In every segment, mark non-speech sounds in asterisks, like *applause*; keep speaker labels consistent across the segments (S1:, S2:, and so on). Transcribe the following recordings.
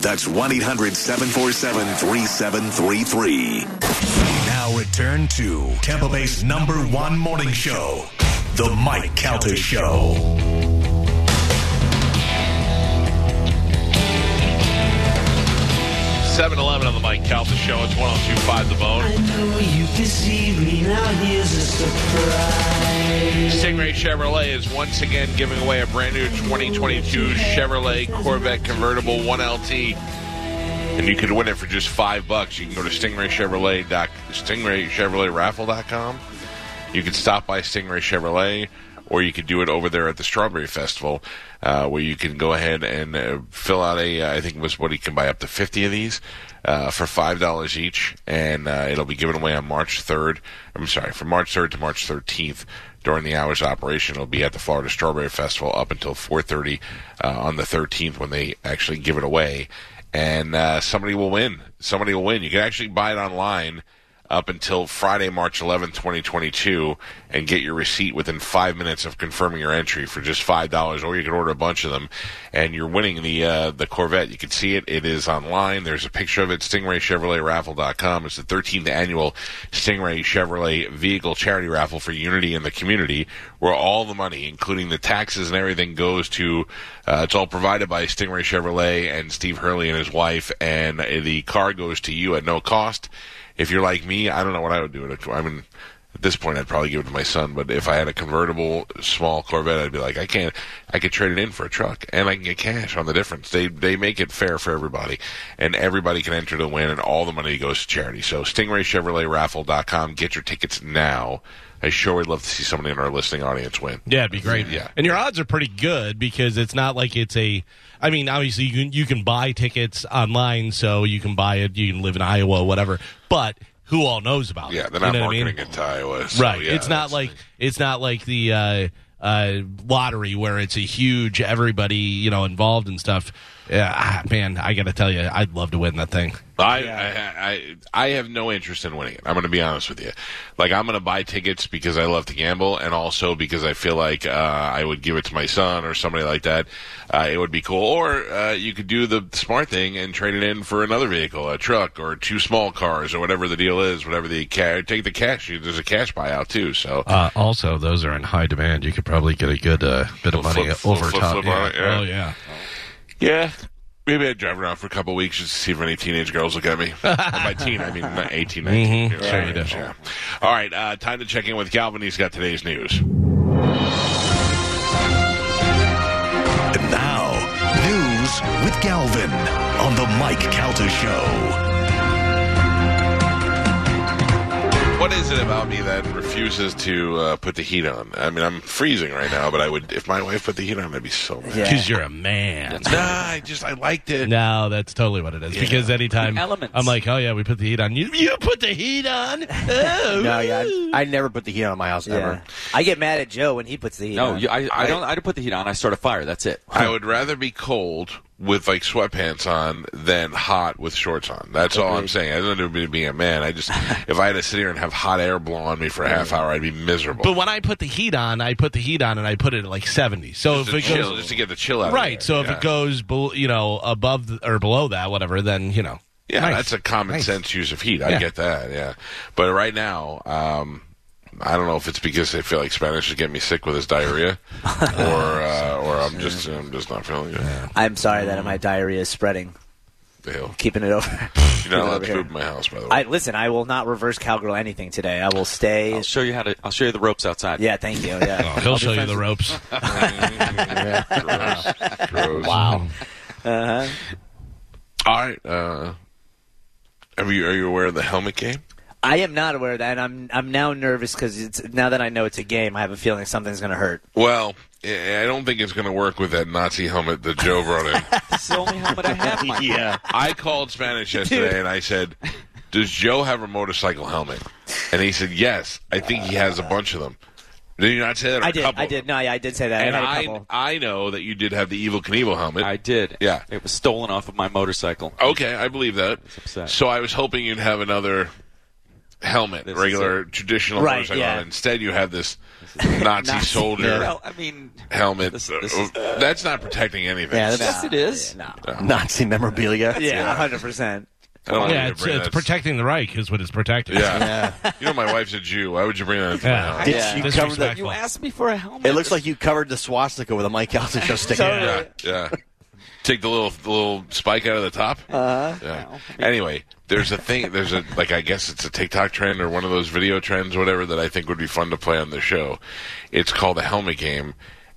S1: That's 1 800 747 3733. Now return to Tampa Bay's number one morning show, The Mike Calter Show.
S2: Seven Eleven on the Mike Calta Show. It's 1025 The Bone.
S3: I know you can see me now. Here's a surprise.
S2: Stingray Chevrolet is once again giving away a brand new 2022 Chevrolet Corvette convertible 1LT. And you could win it for just five bucks. You can go to Stingray Chevrolet doc, StingrayChevroletRaffle.com. You can stop by Stingray Chevrolet, or you could do it over there at the Strawberry Festival, uh, where you can go ahead and uh, fill out a. Uh, I think it was what you can buy up to fifty of these uh, for five dollars each, and uh, it'll be given away on March third. I'm sorry, from March third to March thirteenth during the hours of operation. It'll be at the Florida Strawberry Festival up until 4:30 uh, on the 13th when they actually give it away, and uh, somebody will win. Somebody will win. You can actually buy it online up until Friday, March 11, 2022, and get your receipt within five minutes of confirming your entry for just five dollars, or you can order a bunch of them, and you're winning the uh, the Corvette. You can see it; it is online. There's a picture of it. StingrayChevroletRaffle.com. It's the 13th annual Stingray Chevrolet Vehicle Charity Raffle for Unity in the Community, where all the money, including the taxes and everything, goes to. Uh, it's all provided by Stingray Chevrolet and Steve Hurley and his wife, and uh, the car goes to you at no cost if you're like me, I don't know what I would do. With a- I mean, at this point, I'd probably give it to my son. But if I had a convertible small Corvette, I'd be like, I can't. I could trade it in for a truck, and I can get cash on the difference. They they make it fair for everybody, and everybody can enter to win, and all the money goes to charity. So StingrayChevroletRaffle.com. Get your tickets now. I sure would love to see somebody in our listening audience win.
S4: Yeah, it'd be great.
S2: Yeah.
S4: and your odds are pretty good because it's not like it's a. I mean, obviously you can you can buy tickets online, so you can buy it. You can live in Iowa, whatever. But who all knows about
S2: Yeah,
S4: it?
S2: they're
S4: You
S2: not
S4: know what I mean?
S2: marketing it to Iowa. so
S4: right.
S2: yeah,
S4: it's not
S2: that's-
S4: like it's not like the uh, uh, lottery where it's a huge everybody you know involved and stuff. Yeah, ah, man, I got to tell you, I'd love to win that thing.
S2: I, I I I have no interest in winning it. I'm going to be honest with you. Like I'm going to buy tickets because I love to gamble, and also because I feel like uh, I would give it to my son or somebody like that. Uh, it would be cool. Or uh, you could do the smart thing and trade it in for another vehicle, a truck or two small cars or whatever the deal is. Whatever the ca- take the cash. You- There's a cash buyout too. So
S5: Uh, also, those are in high demand. You could probably get a good uh, bit of money
S2: Flip- flip-
S5: over
S2: flip-
S5: top.
S2: flip
S5: yeah.
S2: on it, yeah.
S4: Oh yeah,
S2: Yeah. Maybe I'd drive around for a couple of weeks just to see if any teenage girls look
S4: *laughs*
S2: at me. By teen, I mean 18, 19.
S4: Mhm. Sure you do.
S2: Yeah. All right, uh, time to check in with Calvin. He's got today's news.
S1: And now, news with Galvin on The Mike Calter Show.
S2: What is it about me that refuses to uh, put the heat on? I mean, I'm freezing right now, but I would if my wife put the heat on, I'd be so mad.
S4: because you're a man.
S2: Nah, I just I liked it.
S4: No, that's totally what it is. Because anytime
S6: Elements.
S4: I'm like, oh yeah, we put the heat on. You you put the heat on. Oh.
S7: No, yeah, I, I never put the heat on my house ever. I get mad at Joe when he puts the heat
S6: No,
S7: on.
S6: you, I, I don't. I don't put the heat on. I start a fire. That's it.
S2: I would rather be cold with like sweatpants on than hot with shorts on. That's all I'm saying. I don't need to be being a man. I just if I had to sit here and have hot air blow on me for a half hour, I'd be miserable.
S4: But when I put the heat on, I put the heat on and I put it at like 70. So
S2: just,
S4: if
S2: to
S4: it
S2: chill,
S4: goes
S2: just to get the chill out. of there.
S4: right, so if
S2: yeah.
S4: it goes, bel you know, above th- or below that, whatever, then you know,
S2: yeah,
S4: Nice.
S2: that's a common
S4: Nice.
S2: sense use of heat. I
S4: Yeah.
S2: get that. Yeah, but right now. um I don't know if it's because I feel like Spanish is getting me sick with his
S4: *laughs*
S2: diarrhea, or uh, or I'm just I'm just not feeling it.
S7: I'm sorry that my diarrhea is spreading.
S2: The hell.
S7: Keeping it over. *laughs*
S2: You're not allowed
S7: over
S2: to
S7: here.
S2: poop in my house, by the way.
S7: I listen. I will not reverse cowgirl anything today. I will stay.
S6: I'll show you how to. I'll show you the ropes outside.
S7: Yeah, thank you.
S6: Oh.
S7: Yeah.
S4: Oh, he'll show you the ropes.
S2: *laughs* Gross. Gross.
S4: Wow.
S2: All right. Uh, are you are you aware of the helmet game?
S7: I am not aware of that, and I'm I'm now nervous because it's now that I know it's a game, I have a feeling something's going to hurt.
S2: Well, I I don't think it's going to work with that Nazi helmet that Joe brought in.
S6: It's the only helmet I
S8: *laughs*
S6: have. Mike.
S8: yeah.
S2: I called Spanish yesterday and I said, "Does Joe have a motorcycle helmet?" And he said, "Yes, I think he has a bunch of them." Did you not say that? Or
S7: I
S2: a
S7: did.
S2: couple
S7: I
S2: of
S7: did.
S2: them?
S7: No, yeah, I did say that.
S2: And
S7: I had a
S2: I,
S7: couple.
S2: I know that you did have the evil Knievel helmet.
S6: I did.
S2: Yeah.
S6: It was stolen off of my motorcycle.
S2: Okay, I believe that.
S6: upset.
S2: So I was hoping you'd have another helmet,
S6: This is
S2: regular traditional
S7: Right,
S2: motorcycle.
S7: yeah.
S2: helmet. Instead, you have this Nazi soldier
S6: Well, I mean,
S2: helmet. Uh,
S6: This- this is-
S2: that's not protecting anything.
S8: Yeah, that's-
S6: yes, it is.
S8: Nazi memorabilia.
S7: yeah, hundred percent.
S2: I don't want you
S4: yeah,
S2: to
S4: it's,
S2: bring
S4: it's
S2: that-
S4: protecting the Reich is what it's protecting.
S2: Yeah. you know, my wife's a Jew. Why would you bring that into my house?
S4: Yeah.
S8: Did
S4: Yeah.
S8: you cover the?
S4: Disrespectful.
S6: You asked me for a helmet.
S8: It looks like you covered the swastika with a Mike Calta show sticker.
S2: Yeah, yeah. Take the little the little spike out of the top.
S7: Uh-huh.
S2: yeah. Anyway, there's a thing. There's a like I guess it's a TikTok trend or one of those video trends, whatever that I think would be fun to play on the show. It's called a helmet game.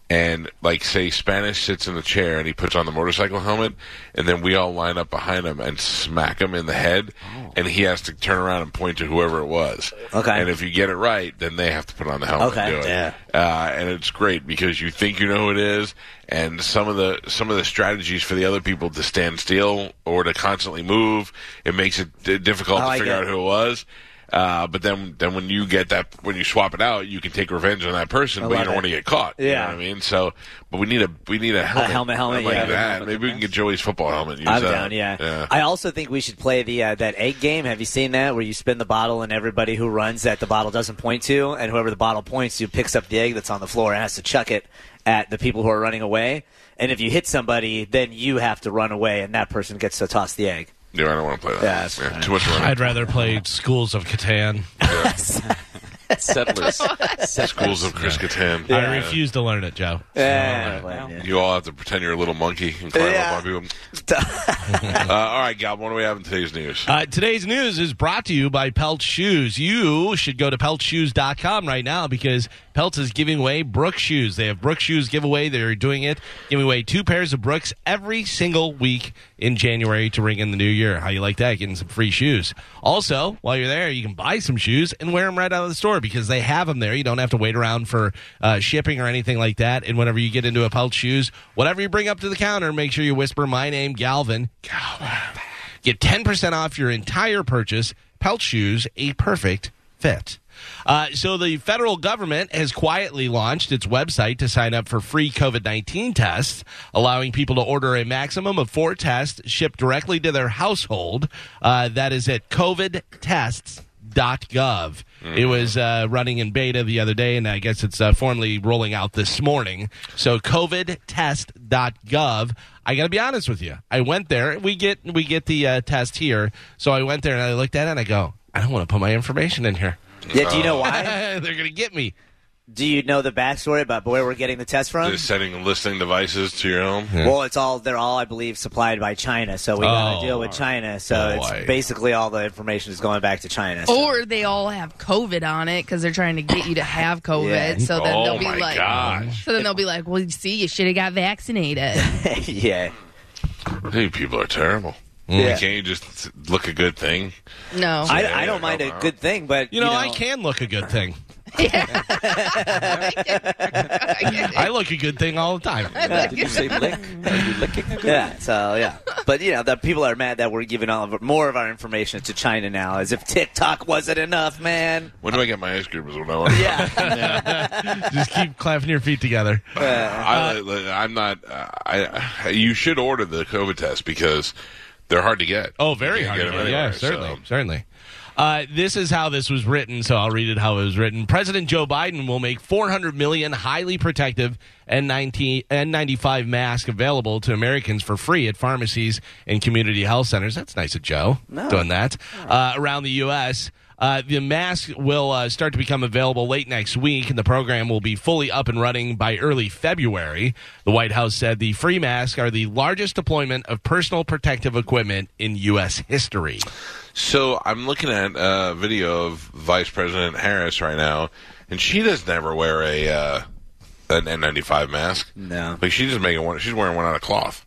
S2: And like say Spanish sits in the chair and he puts on the motorcycle helmet, and then we all line up behind him and smack him in the head, and he has to turn around and point to whoever it was.
S7: Oh. Okay.
S2: And if you get it right, then they have to put on the helmet.
S7: Okay.
S2: And do it
S8: Yeah.
S2: uh, and it's great because you think you know who it is, and some of the some of the strategies for the other people to stand still or to constantly move, it makes it d- difficult
S7: Oh, I
S2: to
S7: like
S2: figure
S7: it.
S2: out who it was. Uh, but then, then when you get that, when you swap it out, you can take revenge on that person, but you
S7: love
S2: don't
S7: it.
S2: want to get caught. you know
S7: Yeah.
S2: what I mean, so, but we need a we need a helmet,
S7: helmet, helmet,
S2: like
S7: yeah.
S2: that. Maybe we can get Joey's football helmet. And use
S7: I'm
S2: that.
S7: down. Yeah. I also think we should play the uh, that egg game. Have you seen that where you spin the bottle and everybody who runs that the bottle doesn't point to, and whoever the bottle points to picks up the egg that's on the floor and has to chuck it at the people who are running away. And if you hit somebody, then you have to run away, and that person gets to toss the egg.
S2: yeah, I don't want to play that.
S7: Yeah, that's
S2: yeah, too much running.
S7: *laughs*
S4: I'd rather play Schools of Catan.
S6: settlers.
S2: Schools of Chris Kattan.
S4: I refuse to learn it, Joe.
S7: Yeah. yeah.
S2: You all have to pretend you're a little monkey and climb
S7: Yeah.
S2: up on people. uh, all right, Gal, what do we have in today's news?
S4: Uh, today's news is brought to you by Pelt Shoes. You should go to peltshoes.com right now because Pelt is giving away Brooks shoes. They have Brooks shoes giveaway. They're doing it, giving away two pairs of Brooks every single week in January to ring in the new year. How you like that? Getting some free shoes. Also, while you're there, you can buy some shoes and wear them right out of the store because they have them there. You don't have to wait around for uh, shipping or anything like that. And whenever you get into a Pelt Shoes, whatever you bring up to the counter, make sure you whisper my name, Galvin. Get 10% off your entire purchase. Pelt shoes, a perfect fit. Uh, so, the federal government has quietly launched its website to sign up for free COVID 19 tests, allowing people to order a maximum of four tests shipped directly to their household. Uh, that is at covidtests.gov. It was uh, running in beta the other day, and I guess it's uh, formally rolling out this morning. So, covidtest.gov. I got to be honest with you. I went there. We get we get the uh, test here. So I went there and I looked at it and I go, I don't want to put my information in here. *laughs*
S7: Yeah, Do you know why?
S4: They're gonna get me.
S7: Do you know the backstory about where we're getting the test from?
S2: Just setting listening devices to your home.
S7: Well, it's all they're all I believe supplied by China, so we got
S4: Oh,
S7: to deal with China. So
S4: boy.
S7: it's basically all the information is going back to China. so-
S9: Or they all have COVID on it because they're trying to get you to have COVID.
S7: Yeah.
S9: So then
S2: oh
S9: they'll be
S2: my
S9: like,
S2: gosh!
S9: so then they'll be like, well, you see, you should have got
S7: *laughs*
S9: vaccinated.
S4: Mm.
S7: yeah,
S2: Hey, people are terrible.
S7: Yeah.
S2: Can't you just look a good thing?
S9: No,
S7: I, I don't mind a good thing, but
S4: You know, I
S7: *laughs*
S4: can look a good thing.
S9: I
S4: I look a good thing all the time.
S6: Did you say
S7: *laughs*
S6: lick? Are you licking a good
S7: Yeah, so yeah, but you know the people are mad that we're giving all of more of our information to China now, as if TikTok wasn't enough, *laughs* man.
S2: When do I get my ice cream? Is what I want. Yeah.
S4: Just keep clapping your feet together.
S2: I, I'm not. Uh, I. You should order the COVID test because they're hard to get.
S4: Oh, very
S2: You
S4: hard.
S2: can't get
S4: to get.
S2: them
S4: yeah,
S2: anywhere,
S4: certainly,
S2: so-
S4: certainly. Uh, this is how this was written, so I'll read it how it was written. President Joe Biden will make 400 million highly protective N19, N95 masks available to Americans for free at pharmacies and community health centers. That's nice of Joe doing that uh, around the U.S. Uh, the mask will uh, start to become available late next week, and the program will be fully up and running by early February. The White House said the free masks are the largest deployment of personal protective equipment in U.S. history.
S2: So I'm looking at a video of Vice President Harris right now, and she doesn't ever wear a uh, an N95 mask. No, like she's just making one. She's wearing one out of cloth.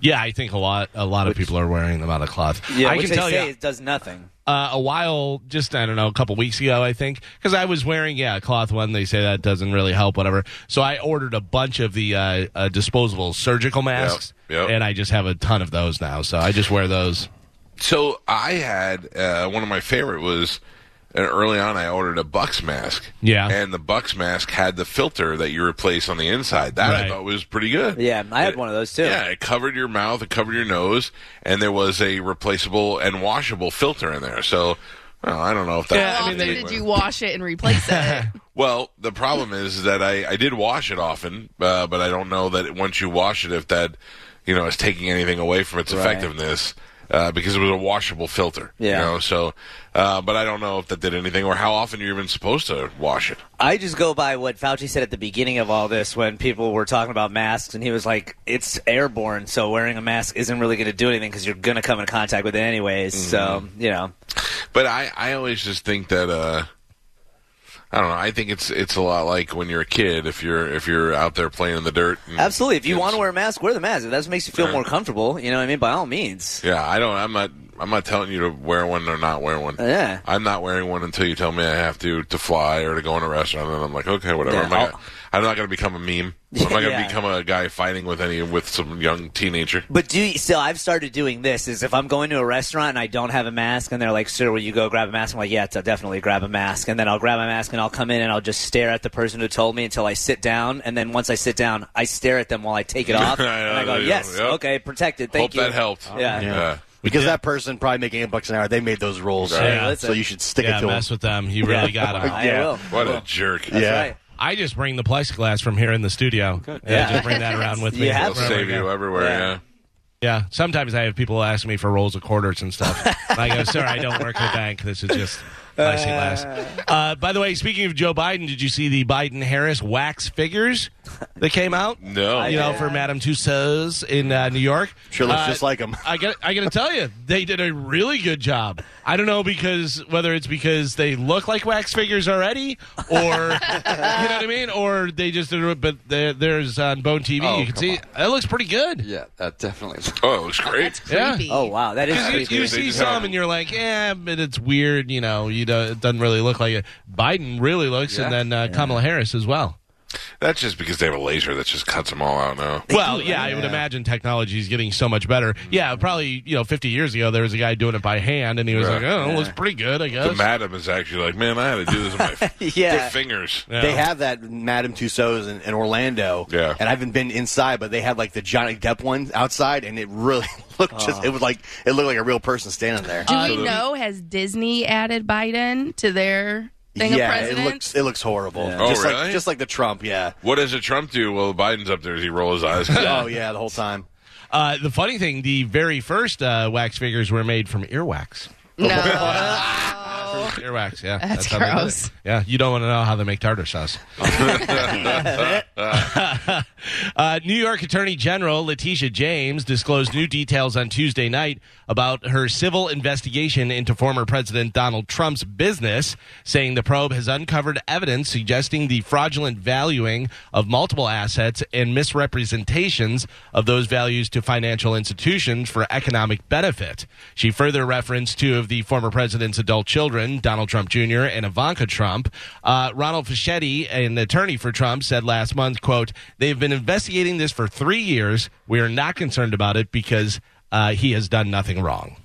S4: Yeah, I think a lot a lot of people are wearing them out of cloth.
S7: *laughs* Yeah,
S4: I
S7: which
S4: can
S7: they
S4: tell
S7: say
S4: you.
S7: it does nothing.
S4: Uh, a while, just I don't know, a couple weeks ago, I think, because I was wearing yeah a cloth one. They say that doesn't really help, whatever. So I ordered a bunch of the uh, uh, disposable surgical masks,
S2: yep.
S4: and I just have a ton of those now. So I just wear those.
S2: So I had uh, one of my favorite was uh, early on. I ordered a Bucks mask.
S4: Yeah.
S2: and the Bucks mask had the filter that you replace on the inside. That I
S4: Right.
S2: thought was pretty good.
S7: Yeah, I had one of those too.
S2: Yeah, it covered your mouth, it covered your nose, and there was a replaceable and washable filter in there. So. Well, I don't know if that.
S9: How often did you wash it and replace it?
S2: Well, the problem is that I, I did wash it often, uh, but I don't know that once you wash it, if that you know is taking anything away from its
S7: Right.
S2: effectiveness. Uh, because it was a washable filter,
S7: Yeah.
S2: you know. So, uh, but I don't know if that did anything or how often you're even supposed to wash it.
S7: I just go by what Fauci said at the beginning of all this when people were talking about masks, and he was like, "It's airborne, so wearing a mask isn't really going to do anything because you're going to come in contact with it anyways." So you know,
S2: But I, I always just think that uh, I don't know. I think it's it's a lot like when you're a kid. If you're if you're out there playing in the dirt, and-
S7: absolutely. If you want to wear a mask, wear the mask. If that makes you feel more comfortable, you know what I mean? By all means.
S2: yeah. I don't. I'm not. I'm not telling you to wear one or not wear one.
S7: Yeah.
S2: I'm not wearing one until you tell me I have to to fly or to go in a restaurant, and I'm like, okay, whatever.
S7: Yeah,
S2: I'm, not,
S7: I'll-
S2: I'm not going to become a
S7: *laughs*
S2: meme. I'm not going to
S7: Yeah.
S2: become a guy fighting with any with some young teenager.
S7: But do you, so I've started doing this is if I'm going to a restaurant and I don't have a mask and they're like, sir, will you go grab a mask? I'm like, yeah, I'll definitely grab a mask. And then I'll grab my mask and I'll come in and I'll just stare at the person who told me until I sit down. And then once I sit down, I stare at them while I
S2: *laughs*
S7: take it off.
S2: Yeah,
S7: and I go,
S2: there you go.
S7: yes,
S2: Yep.
S7: okay, protected. Thank
S2: Hope
S7: you.
S2: that helped.
S7: Yeah.
S2: Yeah.
S8: Because that person probably making eight bucks an hour, they made those rules.
S4: Yeah.
S8: So you should stick
S4: yeah,
S8: it to
S4: mess
S8: them.
S4: with them. You really
S8: Yeah.
S4: got 'em.
S8: I Yeah. will.
S2: What a jerk.
S8: yeah.
S4: *laughs* I just bring the plexiglass from here in the studio. Yeah. I
S7: Yeah.
S4: just bring that around
S7: *laughs*
S4: with
S7: You
S4: me.
S7: have
S2: They'll
S4: wherever I
S2: save
S4: go.
S2: you everywhere.
S7: Yeah.
S2: Yeah.
S4: Yeah. Sometimes I have people ask me for rolls of quarters and
S8: *laughs*
S4: stuff. And I go, sir, I don't work at a bank. This is just
S8: Uh,
S4: plexiglass. Uh, by the way, speaking of Joe Biden, did you see the Biden Harris wax figures that came out?
S2: No.
S4: You know, for Madame Tussauds in uh, New York.
S8: Sure looks
S4: Uh,
S8: just like them.
S4: I got I got to tell you, they did a really good job. I don't know because whether it's because they look like wax figures already,
S8: *laughs*
S4: or you know what I mean, or they just did it. But there- there's on Bone TV,
S6: Oh,
S4: you can
S6: come
S4: see it looks pretty good.
S6: Yeah, that definitely.
S2: Oh, it looks great.
S4: Yeah.
S9: Creepy.
S7: Oh, wow. That is
S4: You,
S7: pretty
S4: you
S2: They
S4: see
S2: just
S4: some
S2: have-
S4: and you're like, yeah, but it's weird. You know, you don't, it doesn't really look like it. Biden really looks, and
S6: Yeah.
S4: then uh, Kamala Harris as well.
S2: That's just because they have a laser that just cuts them all out now.
S4: Well, yeah, I would imagine technology is getting so much better. Yeah, probably you know, 50 years ago there was a guy doing it by hand, and he was
S2: Right.
S4: like, oh, it looks pretty good, I guess.
S2: The madam is actually like, man, I had to do this with
S7: *laughs*
S2: my f-
S7: Yeah.
S2: fingers.
S4: Yeah.
S8: They have that Madame Tussauds in, in Orlando.
S2: Yeah.
S8: And I haven't been inside, but they had like the Johnny Depp one outside, and it really *laughs* looked
S4: Oh.
S8: just, it was like, it looked like a real person standing there.
S9: Do we know has Disney added Biden to their thing of
S8: yeah, it
S9: presidents?
S8: looks, it looks horrible.
S2: Oh,
S8: Just
S2: really?
S8: like, just like the Trump, yeah.
S2: What does a Trump do? Well, Biden's up there. Does he roll his eyes?
S8: Oh, yeah, the whole time.
S4: Uh, the funny thing, the very first uh, wax figures were made from earwax.
S9: no.
S4: Earwax, yeah.
S9: That's
S4: how they did
S9: gross.
S4: it. Yeah, you don't want to know how they make tartar sauce.
S7: *laughs*
S2: *laughs*
S4: uh, New York Attorney General Letitia James disclosed new details on Tuesday night about her civil investigation into former President Donald Trump's business, saying the probe has uncovered evidence suggesting the fraudulent valuing of multiple assets and misrepresentations of those values to financial institutions for economic benefit. She further referenced two of the former president's adult children, Donald Trump Jr. and Ivanka Trump. Uh, Ronald Fischetti, an attorney for Trump, said last month, quote, they've been investigating this for three years. We are not concerned about it because uh, he has done nothing wrong.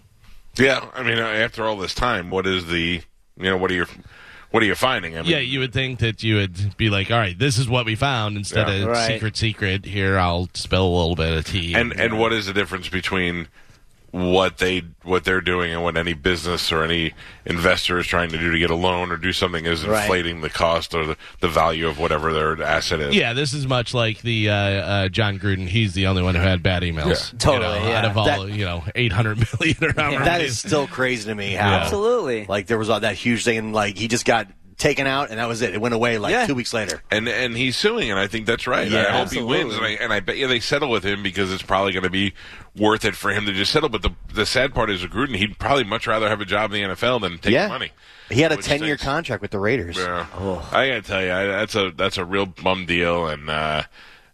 S2: Yeah, I mean, uh, after all this time, what is the you know what are your what are you finding? I mean,
S4: Yeah, you would think that you would be like, all right, this is what we found instead
S2: Yeah.
S4: of
S7: Right.
S4: secret, secret. Here, I'll spill a little bit of tea.
S2: and and what is the difference between what they what they're doing and what any business or any investor is trying to do to get a loan or do something is
S7: Right.
S2: inflating the cost or the, the value of whatever their asset is.
S4: yeah, this is much like the uh, uh, John Gruden. He's the only one who had bad emails.
S7: Yeah.
S4: you know,
S7: Totally, yeah.
S4: Out of all,
S8: That-
S4: you know, 800 *laughs* million or however
S8: That
S4: many.
S8: is still crazy to me how
S7: Absolutely.
S8: Like there was all that huge thing, and like he just got taken out, and that was it. It went away like two weeks later.
S2: And and he's suing, and I think that's right.
S8: Yeah,
S2: I hope
S8: absolutely.
S2: he wins, and I, and I bet you they settle with him because it's probably going to be worth it for him to just settle. But the the sad part is with Gruden, he'd probably much rather have a job in the NFL than take
S8: yeah,
S2: money.
S8: He had a
S2: Which
S8: ten year
S2: stinks.
S8: contract with the Raiders.
S2: Yeah.
S8: Oh.
S2: I gotta tell you, I, that's a that's a real bum deal, and uh,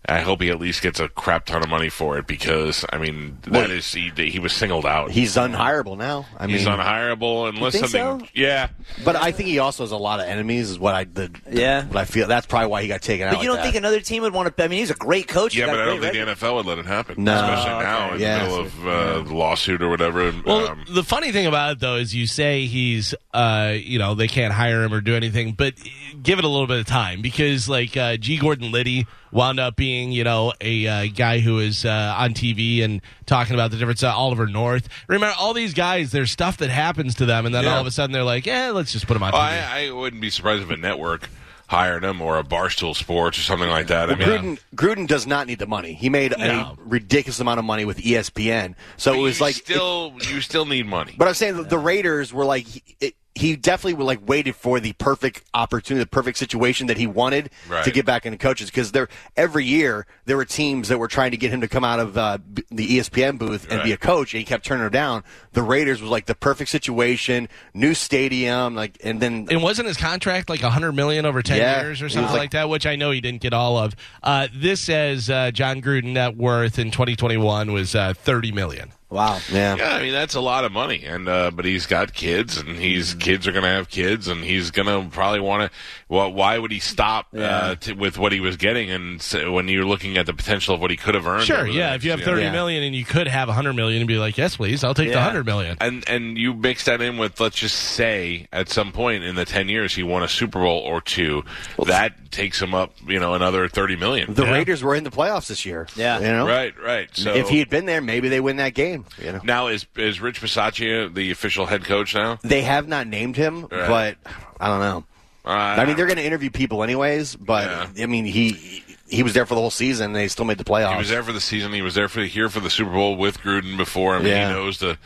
S2: I hope he at least gets a crap ton of money for it because I mean that
S8: Well,
S2: is he, he was singled out.
S8: He's unhireable now. I mean,
S2: He's unhireable unless
S8: think
S2: something.
S8: so?
S2: Yeah,
S8: But I think he also has a lot of enemies. Is what I the,
S7: Yeah.
S8: What I feel that's probably why he got taken out.
S7: But you don't
S8: like
S7: think
S8: that.
S7: another team would want to? I mean, he's a great coach. He's
S2: yeah,
S7: got a
S2: but I don't
S7: great
S2: think
S7: record.
S2: the NFL would let it happen,
S8: No.
S2: especially
S8: Oh,
S2: now in
S8: Yeah.
S2: the middle of uh, the lawsuit or whatever. and,
S4: Well,
S2: um,
S4: the funny thing about it though is you say he's, uh, you know, they can't hire him or do anything, but give it a little bit of time because like uh, G. Gordon Liddy wound up being, you know, a uh, guy who is uh, on TV and talking about the difference. Uh, Oliver North, remember all these guys? There's stuff that happens to them, and then
S2: Yeah.
S4: all of a sudden they're like, yeah, let's just put him on.
S2: Oh,
S4: TV.
S2: I, I wouldn't be surprised if a network hired him or a Barstool Sports or something like that. I mean,
S8: Gruden Gruden does not need the money. He made
S4: No.
S8: a ridiculous amount of money with E ESPN. So it
S2: you
S8: was like
S2: still you still need money.
S8: But I'm saying the, the Raiders were like he, it, he definitely were like waited for the perfect opportunity, the perfect situation that he wanted
S2: Right.
S8: to get back into coaches because there every year there were teams that were trying to get him to come out of uh, b- the ESPN booth and be a
S2: Right.
S8: coach, and he kept turning her down. The Raiders was like the perfect situation, new stadium, like and then
S4: and wasn't his contract like 100 million over 10
S8: Yeah,
S4: years
S8: it
S4: or
S8: was
S4: something like,
S8: like-
S4: that which i know he didn't get all of uh, this says uh, john gruden net worth in 2021 was uh, 30 million
S7: Wow.
S8: yeah.
S2: Yeah, I mean that's a lot of money, and uh, but he's got kids, and he's
S4: Mm-hmm.
S2: kids are going to have kids, and he's going to probably want to. Well, why would he stop uh, to, with what he was getting? And so when you're looking at the potential of what he could have earned,
S4: sure
S2: over the
S4: yeah
S2: next,
S4: if you have
S2: know,
S4: 30 million and you could have 100 million and be like yes please i'll take the 100 million
S2: And and you mix that in with let's just say at some point in the ten years he won a Super Bowl or two, that takes him up you know another thirty million.
S8: the Raiders were in the playoffs this year.
S7: Yeah.
S8: you know,
S2: right, right. So
S8: if he had been there, maybe they win that game. You know,
S2: now is is Rich Bisaccia the official head coach now?
S8: they have not named him,
S2: Right.
S8: but I don't know.
S2: Uh,
S8: I mean, they're going to interview people anyways, but I mean, he he was there for the whole season. and They still made the playoffs.
S2: He was there for the season. He was there for here for the Super Bowl with Gruden before. I mean,
S8: Yeah.
S2: he knows the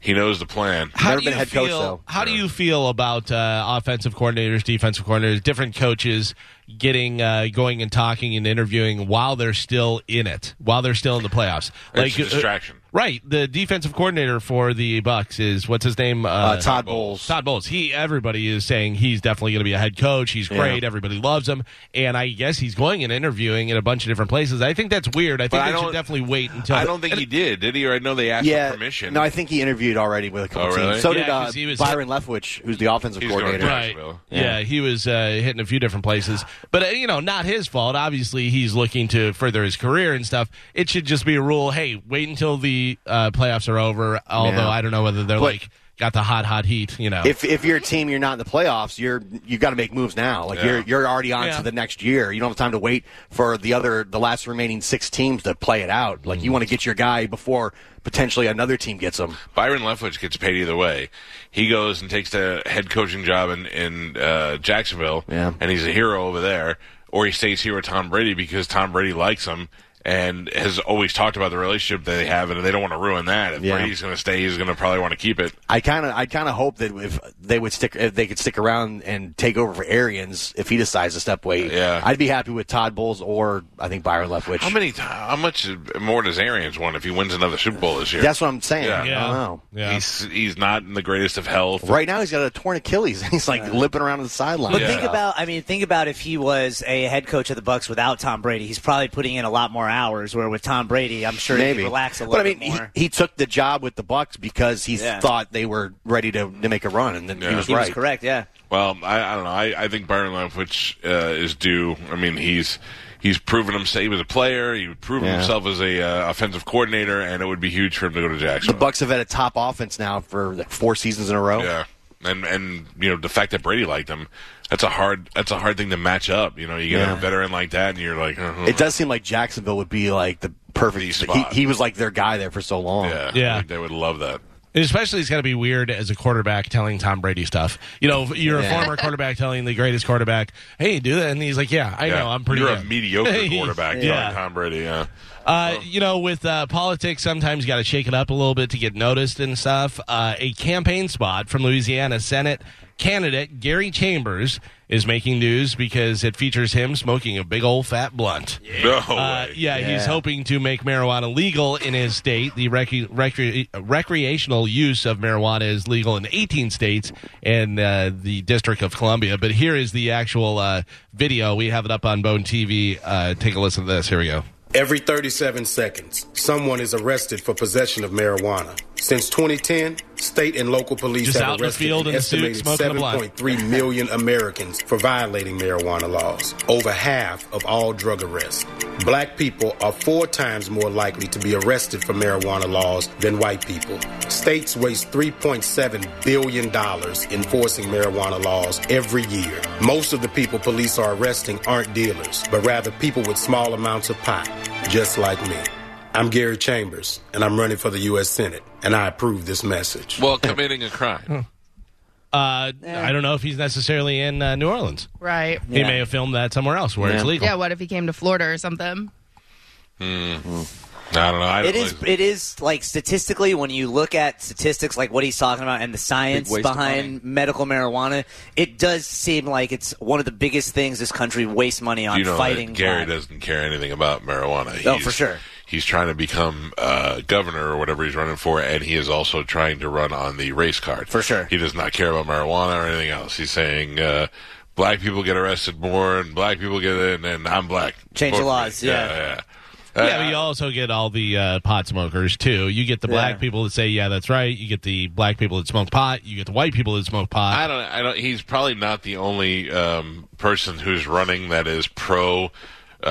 S2: he knows the plan.
S4: how
S8: Never
S4: do
S8: been
S4: you
S8: head
S4: feel,
S8: coach, though.
S4: How do you feel about uh, offensive coordinators, defensive coordinators, different coaches getting uh, going and talking and interviewing while they're still in it, while they're still in the playoffs?
S2: It's a
S4: uh,
S2: distraction.
S4: right. The defensive coordinator for the Bucks is what's his name? Uh,
S8: Uh, Todd Bowles.
S4: Todd Bowles. He everybody is saying he's definitely going to be a head coach. He's great. Everybody loves him, and I guess he's going and interviewing in a bunch of different places. I think that's weird. I think
S2: I
S4: they should
S2: don't-
S4: definitely wait until
S2: I don't think he did, did he? Or I know they asked
S8: uh, yeah,
S2: for permission.
S8: No, I think he interviewed already with a couple
S2: Oh, really?
S8: teams. So
S4: Yeah,
S8: did uh,
S4: 'cause he was-
S8: Byron Leftwich, who's the offensive
S2: He's going
S8: coordinator.
S2: to-
S4: Right.
S2: Nashville.
S4: Yeah. he was uh, hitting a few different places, but uh, you know, not his fault. Obviously, he's looking to further his career and stuff. It should just be a rule. Hey, wait until the uh, playoffs are over. Although
S8: Yeah.
S4: I don't know whether they're
S8: But-
S4: like got the hot, hot heat. You know,
S8: If if you're a team, you're not in the playoffs. You're you've got to make moves now. Like
S2: Yeah.
S8: you're you're already on
S4: Yeah.
S8: to the next year. You don't have time to wait for the other the last remaining six teams to play it out. Like
S2: Mm.
S8: you want to get your guy before potentially another team gets him.
S2: Byron Leftwich gets paid either way. He goes and takes the head coaching job in in uh, Jacksonville,
S8: Yeah.
S2: and he's a hero over there. Or he stays here with Tom Brady because Tom Brady likes him and has always talked about the relationship that they have, and they don't want to ruin that. If
S8: Yeah.
S2: Brady's going to stay, he's going to probably want to keep it.
S8: I kind of, I kind of hope that if they would stick, if they could stick around and take over for Arians if he decides to step away.
S2: Yeah.
S8: I'd be happy with Todd Bowles or I think Byron Leftwich.
S2: How many? How much more does Arians want if he wins another Super Bowl this year?
S8: That's what I'm saying.
S2: Yeah.
S8: I don't know.
S4: yeah.
S2: He's he's not in the greatest of health.
S8: Right now he's got a torn Achilles and he's like limping around on the sideline.
S7: But
S2: Yeah.
S7: think about, I mean, think about if he was a head coach of the Bucks without Tom Brady, he's probably putting in a lot more hours. Where with Tom Brady, I'm sure he
S8: Maybe
S7: could relax a little
S8: but I mean,
S7: bit more.
S8: He, he took the job with the Bucks because he
S7: Yeah.
S8: thought they were ready to, to make a run, and then
S2: Yeah.
S8: he was
S7: He
S8: right.
S7: was correct, yeah.
S2: Well, I, I don't know. I, I think Byron Leftwich uh, is due. I mean, he's he's proven himself. He was a player. He proven
S8: Yeah.
S2: himself as a uh, offensive coordinator, and it would be huge for him to go to
S8: The
S2: Jacksonville.
S8: Bucks have had a top offense now for like four seasons in a row.
S2: yeah, and and you know the fact that Brady liked him, that's a hard that's a hard thing to match up. You know, you get
S8: Yeah.
S2: a veteran like that, and you're like, uh-huh.
S8: It does seem like Jacksonville would be like the perfect.
S2: The
S8: he,
S2: spot.
S8: he was like their guy there for so long.
S2: yeah,
S4: Yeah.
S2: I think they would love that.
S4: And especially, it's got to be weird as a quarterback telling Tom Brady stuff. You know, you're
S8: Yeah.
S4: a former quarterback telling the greatest quarterback, "Hey, do that," and he's like, "Yeah, I
S2: Yeah.
S4: know, I'm pretty."
S2: You're a
S4: good." *laughs*
S2: mediocre quarterback, yeah. Tom Brady. Yeah.
S4: Uh, you know, with uh, politics, sometimes you got to shake it up a little bit to get noticed and stuff. Uh, a campaign spot from Louisiana Senate candidate Gary Chambers is making news because it features him smoking a big old fat blunt.
S2: No
S4: Uh,
S2: way.
S4: yeah,
S2: Yeah.
S4: he's hoping to make marijuana legal in his state. The rec- recre- recreational use of marijuana is legal in 18 states and uh, the District of Columbia. But here is the actual uh, video. We have it up on Bone TV. Uh, take a listen to this. Here we go.
S10: Every 37 seconds, someone is arrested for possession of marijuana. Since 2010, state and local police
S4: Just
S10: have
S4: out in the
S10: arrested
S4: field
S10: an
S4: in a suit,
S10: estimated
S4: smoking a blunt.
S10: 7.3 million Americans for violating marijuana laws, over half of all drug arrests. Black people are four times more likely to be arrested for marijuana laws than white people. States waste $3.7 billion enforcing marijuana laws every year. Most of the people police are arresting aren't dealers, but rather people with small amounts of pot, just like me. I'm Gary Chambers, and I'm running for the U.S. Senate, and I approve this message.
S2: Well, committing a crime.
S4: Uh, I don't know if he's necessarily in uh, New Orleans.
S9: Right.
S4: He may have filmed that somewhere else where it's
S2: Yeah.
S4: legal.
S9: Yeah, what if he came to Florida or something?
S2: I
S9: *laughs*
S2: don't know. I don't
S7: It is. It is like statistically, when you look at statistics, like what he's talking about, and the science
S6: waste of money.
S7: behind medical marijuana, it does seem like it's one of the biggest things this country wastes money on
S2: you know,
S7: fighting.
S2: that Gary
S7: crime.
S2: doesn't care anything about marijuana.
S7: Oh,
S2: He's-
S7: for sure.
S2: He's trying to become uh, governor or whatever he's running for, and he is also trying to run on the race card.
S7: For sure.
S2: He does not care about marijuana or anything else. He's saying uh, black people get arrested more, and black people get in, and I'm black.
S7: Change
S2: Vote for
S7: the
S2: me.
S7: laws, yeah.
S2: yeah. Uh,
S4: yeah, but you also get all the uh, pot smokers too. You get the black people that say, "Yeah, that's right." You get the black people that smoke pot. You get the white people that smoke
S7: Uh,
S4: pot.
S2: I don't. I don't. He's probably not the only um, person who's running that is pro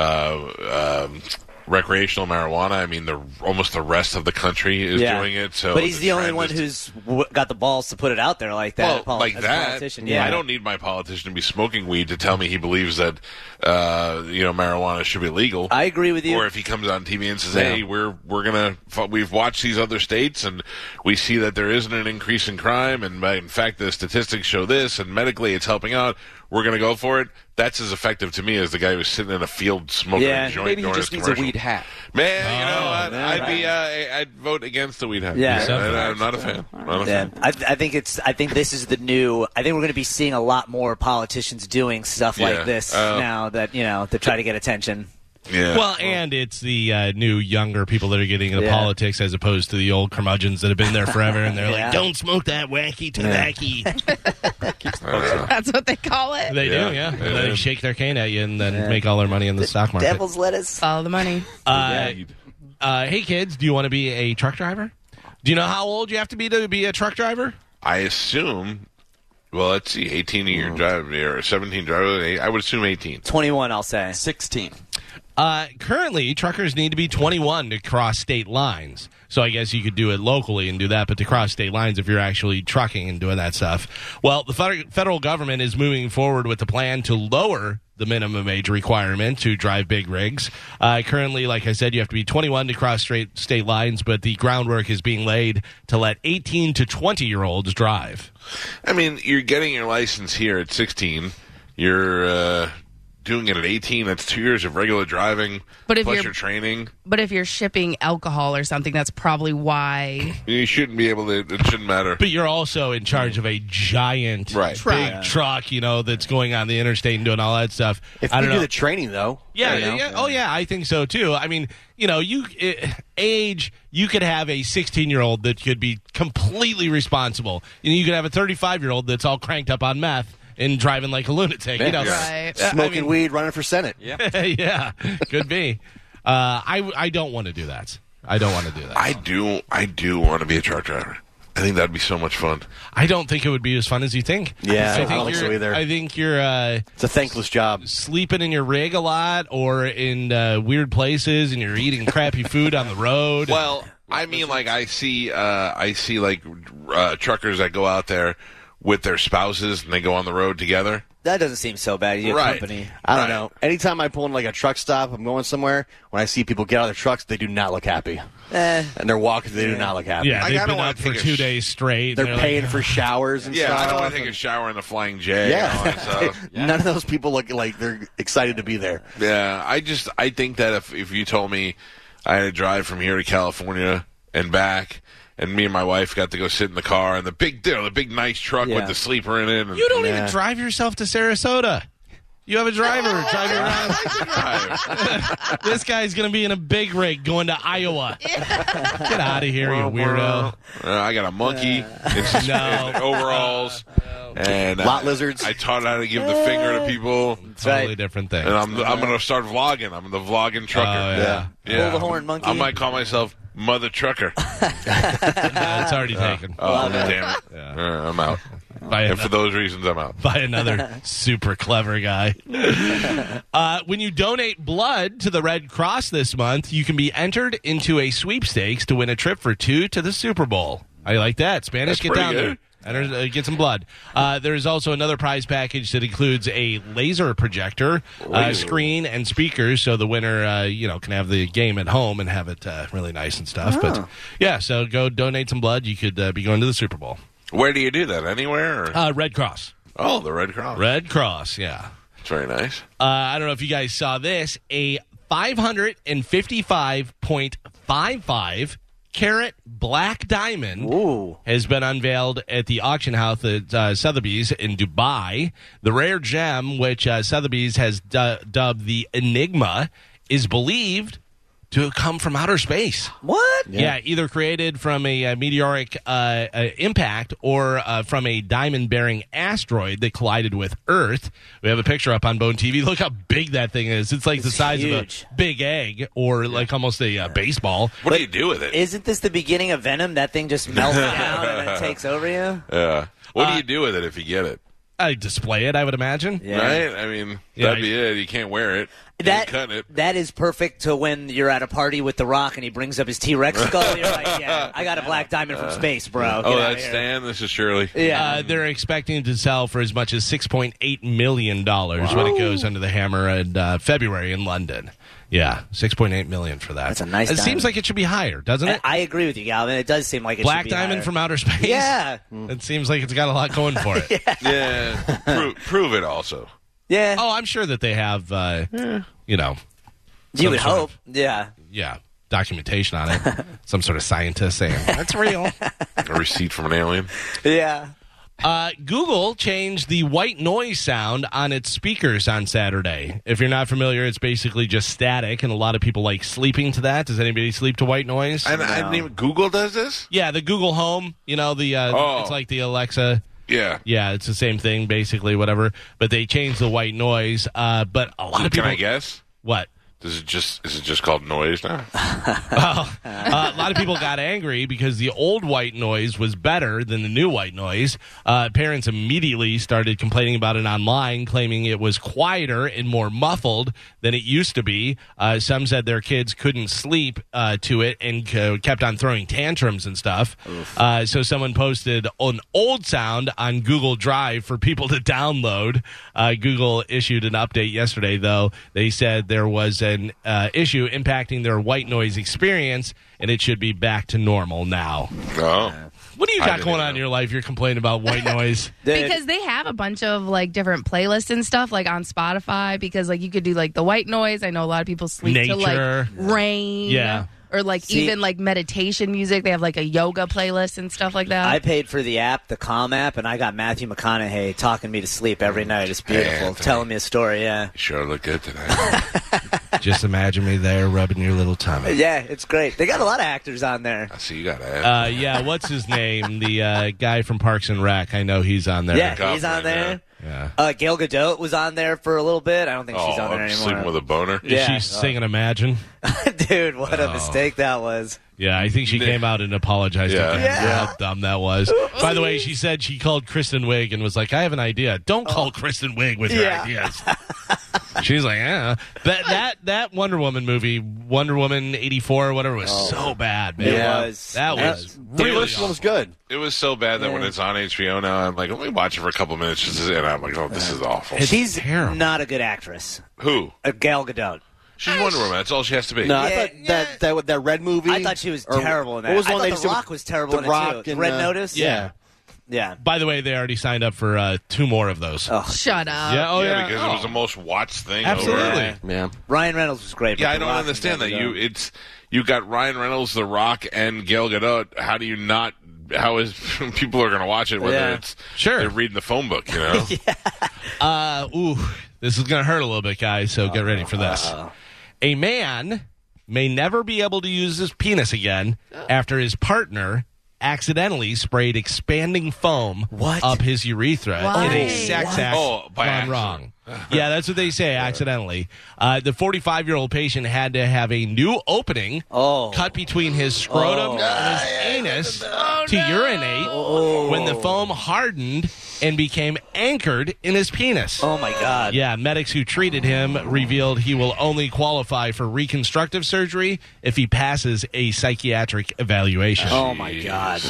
S2: uh, um, recreational marijuana. I mean, the almost the rest of the country is
S7: Yeah.
S2: doing it. So,
S7: but he's the only
S2: trend
S7: one
S2: is-
S7: who's w- got the balls to put it out there like that.
S2: Well,
S7: Paul,
S2: like
S7: as a
S2: that.
S7: politician. Yeah,
S2: I don't need my politician to be smoking weed to tell me he believes that uh, you know marijuana should be legal.
S7: I agree with you.
S2: Or if he comes on TV and says,
S7: Yeah.
S2: "Hey, we're we're gonna f- we've watched these other states and we see that there isn't an increase in crime, and uh, in fact the statistics show this, and medically it's helping out. We're gonna go for it." That's as effective to me as the guy who's sitting in a field smoking
S7: Yeah.
S2: a joint
S6: Maybe he
S2: during
S6: just
S2: his
S6: needs a
S2: commercial.
S6: weed hat.
S2: Man, you know, I'd,
S7: man,
S2: I'd be
S7: right.
S2: uh, I- I'd vote against the weed hat.
S7: Yeah.
S2: I- I, am not a fan. Not a
S7: Yeah,
S2: fan.
S7: I, I think it's. I think this is the new. I think we're going to be seeing a lot more politicians doing stuff
S2: Yeah,
S7: like this
S2: uh,
S7: now that you know to try to get attention.
S2: Yeah.
S4: Well, and it's the uh, new younger people that are getting into
S7: Yeah.
S4: politics as opposed to the old curmudgeons that have been there forever and they're
S7: Yeah.
S4: like, "Don't smoke that wacky tabacky."
S2: I don't know.
S9: That's what they call it.
S4: They
S2: Yeah.
S4: do, yeah.
S2: Yeah.
S4: They shake their cane at you and then make all their money in the, stock market.
S7: Devil's lettuce.
S9: Follow the money.
S4: Uh, uh, hey kids, do you want to be a truck driver? Do you know how old you have to be to be a truck driver?
S2: I assume. Well, let's see, eighteen a year
S9: Hmm.
S2: drive or seventeen drive. I would assume eighteen.
S7: Twenty-one, I'll say.
S6: 16.
S4: Uh, currently, truckers need to be 21 to cross state lines. So I guess you could do it locally and do that, but to cross state lines if you're actually trucking and doing that stuff. Well, the feder- federal government is moving forward with a plan to lower the minimum age requirement to drive big rigs. Uh, currently, like I said, you have to be 21 to cross straight state lines, but the groundwork is being laid to let 18 to 20 year olds drive.
S2: I mean, you're getting your license here at sixteen. You're uh, doing it at eighteen. That's two years of regular driving.
S9: But if
S2: plus
S9: you're-
S2: your training,
S9: But if you're shipping alcohol or something, that's probably why.
S2: you shouldn't be able to. It shouldn't matter.
S4: But you're also in charge of a giant
S2: Right.
S9: Truck.
S4: big truck, you know, that's going on the interstate and doing all that stuff.
S8: If
S4: I
S8: you
S4: don't
S8: do
S4: know.
S8: the training, though,
S4: yeah,
S8: you know,
S4: yeah, oh yeah, I think so too. I mean, you know, you eh, age, you could have a 16 year old that could be completely responsible, and you could have a 35 year old that's all cranked up on meth and driving like a lunatic. You know,
S9: Right.
S4: Uh,
S8: smoking weed, running for senate.
S4: *laughs* yeah, could be. Uh, I I don't want to do that. I don't want to do that.
S2: I do. I do want to be a truck driver. I think that'd be so much fun.
S4: I don't think it would be as fun as you think.
S8: Yeah,
S4: I think
S8: I don't think so
S4: you're-
S8: either.
S4: I think you're. Uh,
S8: It's a thankless job.
S4: sleeping in your rig a lot or in uh, weird places and you're eating crappy food on the road.
S2: Well, I mean, like I see, uh, I see like uh, truckers that go out there with their spouses and they go on the road together.
S7: That doesn't seem so bad. You have
S2: Right.
S7: company.
S8: I don't know. Anytime I pull in like a truck stop, I'm going somewhere. When I see people get out of their trucks, they do not look happy,
S7: Eh.
S8: and they're walking. They do not look happy.
S4: yeah, "Ah."
S2: I
S4: they've
S2: kinda
S4: been
S2: wanna
S4: up for
S2: take a
S4: two
S2: sh-
S4: days straight.
S8: They're
S4: and
S8: paying for showers and
S2: Yeah,
S8: stuff.
S2: I don't want to take a shower in the Flying J.
S8: Yeah.
S2: and all that stuff.
S8: None of those people look like they're excited to be there.
S2: *laughs* yeah. I just I think that if if you told me I had to drive from here to California and back, and me and my wife got to go sit in the car in the big deal, the big nice truck
S4: Yeah.
S2: with the sleeper in it. And,
S4: You don't even drive yourself to Sarasota. You have a driver
S2: *laughs*
S4: driving around. this guy's going to be in a big rig going to
S2: *laughs*
S4: Iowa. Get out of here, you weirdo.
S2: Uh, I got a monkey and she's
S4: No.
S2: in overalls. *laughs* And
S8: Lot
S2: I-
S8: lizards.
S2: I taught her how to give the finger to people.
S4: Totally different thing.
S2: And I'm I'm gonna start vlogging. I'm the vlogging trucker.
S4: Oh, yeah.
S2: yeah.
S7: Pull the horn, monkey.
S2: I might call myself Mother Trucker.
S4: Uh, it's already taken.
S2: Oh damn it! Uh, I'm out.
S4: By
S2: and
S4: another-
S2: for those reasons, I'm out.
S4: *laughs* by another super clever guy. Uh, when you donate blood to the Red Cross this month, you can be entered into a sweepstakes to win a trip for two to the Super Bowl. I like that. Spanish,
S2: That's
S4: get
S2: pretty
S4: down
S2: good.
S4: there. Enter, uh, get some blood. Uh, there is also another prize package that includes a laser projector, uh, screen, and speakers, so the winner, uh, you know, can have the game at home and have it uh, really nice and stuff. But yeah, so go donate some blood. You could uh, be going to the Super Bowl.
S2: Where do you do that? Anywhere? Or?
S4: Uh, Red Cross.
S2: oh, the Red Cross.
S4: Red Cross. Yeah.
S2: It's very nice.
S4: Uh, I don't know if you guys saw this. A 555.55 carat black diamond has been unveiled at the auction house at uh, Sotheby's in Dubai. The rare gem, which uh, Sotheby's has du- dubbed the Enigma, is believed to have come from outer space.
S7: What?
S4: Yeah, either created from a, uh meteoric uh, uh, impact or uh, from a diamond bearing asteroid that collided with Earth. We have a picture up on Bone TV. Look how big that thing is. It's like the size
S7: huge.
S4: of a big egg or like almost a uh, baseball.
S2: What do you do with it?
S7: Isn't this the beginning of Venom? That thing just melts down
S2: *laughs*
S7: and then takes over you?
S2: Yeah. What do you do with it if you get it?
S4: I display it, I would imagine.
S2: Right? I mean,
S4: Yeah,
S2: that'd be it. You can't wear it. You
S7: That,
S2: can't cut it.
S7: that is perfect to when you're at a party with The Rock and he brings up his
S2: *laughs*
S7: T Rex skull. You're like, yeah, I got a black diamond from space, bro. Get
S2: oh,
S7: outta
S2: that's
S7: here.
S2: Stan. This is Shirley.
S4: Uh, they're expecting to sell for as much as six point eight million dollars when it goes under the hammer in uh, February in London. Yeah, six point eight million for that.
S7: That's a nice
S4: It
S7: diamond.
S4: seems like it should be higher, doesn't
S7: I,
S4: it?
S7: I agree with you, Galvin. It does seem like it should
S4: Black
S7: be
S4: diamond
S7: higher.
S4: from outer space.
S7: Yeah.
S4: It seems like it's got a lot going for it.
S2: *laughs* Yeah. Pro- prove it also.
S7: Yeah.
S4: Oh, I'm sure that they have, uh, you know,
S7: you would
S4: some sort
S7: hope. Yeah.
S4: yeah, documentation on it. some sort of scientist saying that's real.
S2: A receipt from an alien.
S7: Yeah.
S4: Uh, Google changed the white noise sound on its speakers on Saturday. If you're not familiar, it's basically just static, and a lot of people like sleeping to that. Does anybody sleep to white noise?
S2: And I didn't even, Google does this?
S4: yeah, the Google Home. You know, the uh,
S2: Oh.
S4: it's like the Alexa.
S2: Yeah.
S4: Yeah, it's the same thing, basically, whatever. But they changed the white noise. Uh, but a lot of
S2: Can
S4: people.
S2: I guess?
S4: What?
S2: Does it just is it just called noise now?
S4: Uh, a lot of people got angry because the old white noise was better than the new white noise. Uh, parents immediately started complaining about it online, claiming it was quieter and more muffled than it used to be. Uh, some said their kids couldn't sleep uh, to it and uh, kept on throwing tantrums and stuff. Uh, so someone posted an old sound on Google Drive for people to download. Uh, Google issued an update yesterday, though. They said there was an uh, issue impacting their white noise experience, and it should be back to normal now.
S2: Oh.
S4: What do you
S2: I
S4: got
S2: didn't
S4: going
S2: even
S4: on in
S2: know.
S4: your life? You're complaining
S2: *laughs*
S4: about white noise.
S9: because they have a bunch of like different playlists and stuff like on Spotify because like you could do like the white noise. I know a lot of people sleep to like
S4: Nature.
S9: rain.
S4: Yeah.
S9: Or like
S7: See-
S9: even like meditation music. They have like a yoga playlist and stuff like that.
S7: I paid for the app, the Calm app, and I got Matthew McConaughey talking me to sleep every night. It's beautiful.
S2: Anthony.
S7: Telling me a story, yeah.
S2: You sure look good tonight.
S4: Just imagine me there rubbing your little tummy.
S7: Yeah, it's great. They got a lot of actors on there.
S2: I see you got ass.
S4: Uh, yeah, what's his name? The uh, guy from Parks and Rec. I know he's on there.
S7: Yeah,
S2: Kaufman,
S7: he's on there.
S4: Yeah.
S7: Uh, Gail Godot was on there for a little bit. I don't think she's
S2: oh,
S7: on there
S2: I'm sleeping with
S7: *laughs* anymore.
S2: a boner.
S4: Is
S7: Yeah.
S4: she singing Imagine?
S7: Dude, what a mistake that was.
S4: Yeah, I think she came out and apologized.
S2: Yeah.
S4: Yeah.
S7: Yeah.
S4: How dumb that
S7: *laughs*
S4: was. By the way, she said she called Kristen Wiig and was like, "I have an idea. Don't call Kristen Wiig with your
S7: Oh. Yeah. *laughs*
S4: ideas." She's like, "Yeah." That that that Wonder Woman movie, Wonder Woman '84, whatever, was so bad, man.
S7: Oh. It was.
S4: That was really
S8: first one was good.
S2: It was so bad that when it's on HBO now, I'm like, let me watch it for a couple minutes, just to- and I'm like, oh, this is awful.
S7: She's
S4: terrible.
S7: not a good actress.
S2: Who?
S7: Uh, Gail Gadot.
S2: She's Wonder Woman. That's all she has to be.
S8: No, I
S7: Yeah,
S8: thought that, that that red movie.
S7: I thought she was terrible in that.
S8: What was the
S7: I
S8: one
S7: thought
S8: they
S7: The
S8: did with
S7: Rock was terrible
S8: The
S7: in it, too.
S8: Rock and,
S7: Red
S8: uh,
S7: Notice?
S8: Yeah.
S7: Yeah.
S4: By the way, they already signed up for uh, two more of those.
S7: Oh,
S9: shut up.
S4: Yeah. Oh, yeah.
S2: because it was the most watched thing.
S4: Absolutely.
S2: Over.
S4: Yeah.
S8: Yeah.
S7: Ryan Reynolds was great.
S2: Yeah,
S7: but
S2: I
S7: The
S2: don't
S7: Rock
S2: understand that.
S7: and
S2: You it's you got Ryan Reynolds, The Rock, and Gail Gadot. How do you not? How is *laughs* people are going to watch it? Whether
S7: Yeah.
S2: it's
S4: Sure.
S2: they're reading the phone book, you know.
S4: Uh, ooh, this is going to hurt a little bit, guys, so get ready for this. A man may never be able to use his penis again after his partner accidentally sprayed expanding foam
S7: What?
S4: up his urethra
S9: Why?
S4: in a sex
S9: What?
S4: act
S2: Oh, by
S4: gone
S2: accident.
S4: wrong. yeah, that's what they say, accidentally. Uh, the 45 year old patient had to have a new opening
S7: Oh.
S4: cut between his scrotum and his anus to urinate when the foam hardened and became anchored in his penis.
S7: Oh my God.
S4: Yeah, medics who treated him revealed he will only qualify for reconstructive surgery if he passes a psychiatric evaluation.
S7: Oh my God.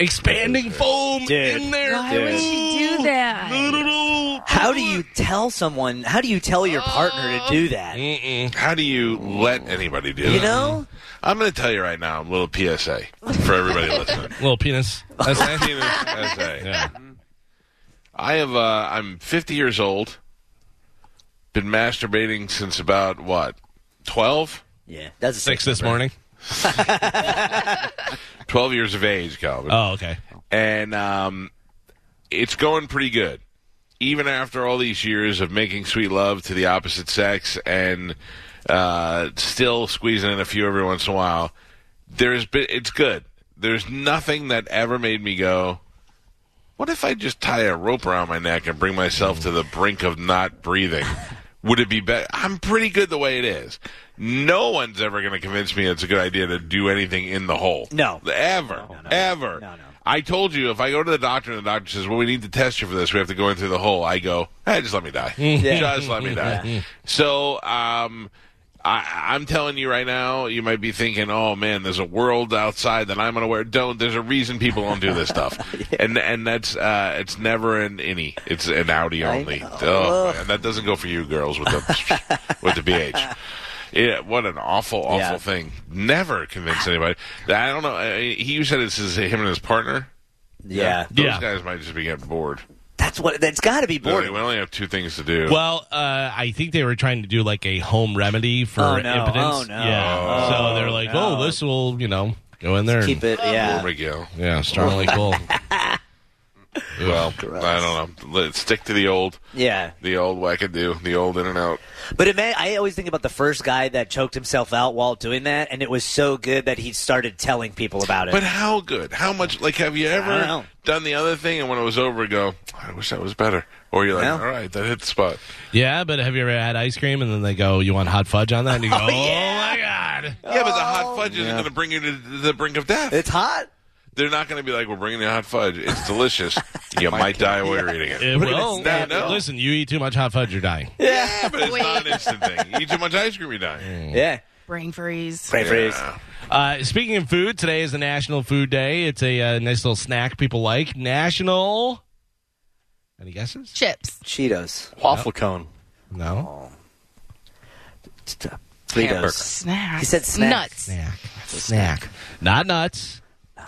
S4: Expanding foam
S7: Dude.
S4: in there.
S9: Why would you do that?
S7: How do you tell someone? How do you tell your partner to do that?
S4: Mm-mm.
S2: How do you let anybody do
S7: You
S2: it?
S7: know?
S2: I'm going to tell you right now, a little PSA for everybody listening.
S4: Little penis.
S2: That's
S9: *laughs*
S2: PSA. I have. Uh, I'm 50 years old. Been masturbating since about what 12.
S7: Yeah. That's a
S4: Six this morning.
S2: 12 years of age, Calvin.
S4: Oh, okay.
S2: and um, it's going pretty good. Even after all these years of making sweet love to the opposite sex and uh, still squeezing in a few every once in a while, there's been it's good. There's nothing that ever made me go, "What if I just tie a rope around my neck and bring myself to the brink of not breathing?" Would it be better? I'm pretty good the way it is. No one's ever going to convince me it's a good idea to do anything in the hole.
S7: No.
S2: ever, ever.
S7: No, no.
S2: I told you if I go to the doctor and the doctor says, "Well, we need to test you for this. We have to go in through the hole." I go, "Hey, just let me
S7: *laughs*
S2: die. Just let me die." So, um, I, I'm telling you right now, you might be thinking, "Oh man, there's a world outside that I'm unaware." Don't. There's a reason people don't
S7: *laughs*
S2: do this stuff, and and that's uh, it's never an innie. It's an outie only. Oh, man, that doesn't go for you girls with the with the
S7: *laughs*
S2: BH. Yeah, what an awful, awful
S7: Yeah.
S2: thing. Never convince anybody. I don't know. uh, He you said it's his, him and his partner.
S7: Yeah.
S2: Those
S4: Yeah.
S2: guys might just be getting bored.
S7: That's what. That's got to be
S2: Really,
S7: boring.
S2: we only have two things to do.
S4: Well, uh, I think they were trying to do like a home remedy for
S7: Oh, no.
S4: impotence.
S7: Oh, no.
S4: Yeah. so they're like,
S7: no.
S4: oh, this will, you know, go in there. and-
S7: Keep it.
S2: Poor
S7: Yeah.
S2: Miguel.
S4: Yeah, strongly
S7: *laughs*
S4: cool.
S2: Well, I don't know. Let's stick to the old,
S7: Yeah.
S2: the old wackadoo, the old in and out.
S7: But it may, I always think about the first guy that choked himself out while doing that, and it was so good that he started telling people about it.
S2: But how good? How much? Like, have you
S7: don't know.
S2: ever done the other thing and when it was over, go, I wish that was better? Or you're like,
S7: No.
S2: all right, that hit the spot.
S4: Yeah, but have you ever had ice cream and then they go, "You want hot fudge on that?" And you go, "Oh, my god!"
S2: Yeah, but the
S4: Oh.
S2: hot fudge isn't going to bring you to the brink of death.
S7: it's hot.
S2: They're not going to be like, we're bringing you hot fudge. It's
S7: *laughs*
S2: delicious. you might die while you're eating it.
S4: It will.
S2: stab you.
S4: Listen, you eat too much hot fudge, you're dying.
S2: Yeah, but it's not an instant thing. You eat too much ice cream, you die.
S7: Yeah.
S9: Brain freeze.
S7: Pray freeze.
S2: Yeah.
S4: Uh, speaking of food, today is the National Food Day. It's a uh, nice little snack people like. National. Any guesses?
S9: Chips.
S7: Cheetos.
S8: Waffle cone.
S4: No.
S7: uh, Fritos.
S9: Snacks.
S7: He said snacks.
S9: Nuts.
S4: Snack. Snack. Not nuts.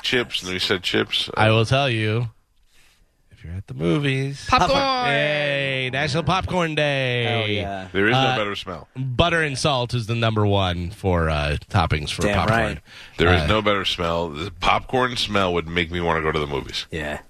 S2: Chips. And we said chips.
S4: I will tell you. If you're at the movies.
S9: Popcorn.
S4: Hey, National Popcorn Day.
S7: Oh yeah.
S2: There is
S4: Uh,
S2: no better smell.
S4: Butter and salt is the number one for uh, toppings for
S7: Damn
S4: popcorn.
S7: right.
S2: There
S7: uh,
S2: is no better smell. The popcorn smell would make me want to go to the movies.
S7: Yeah.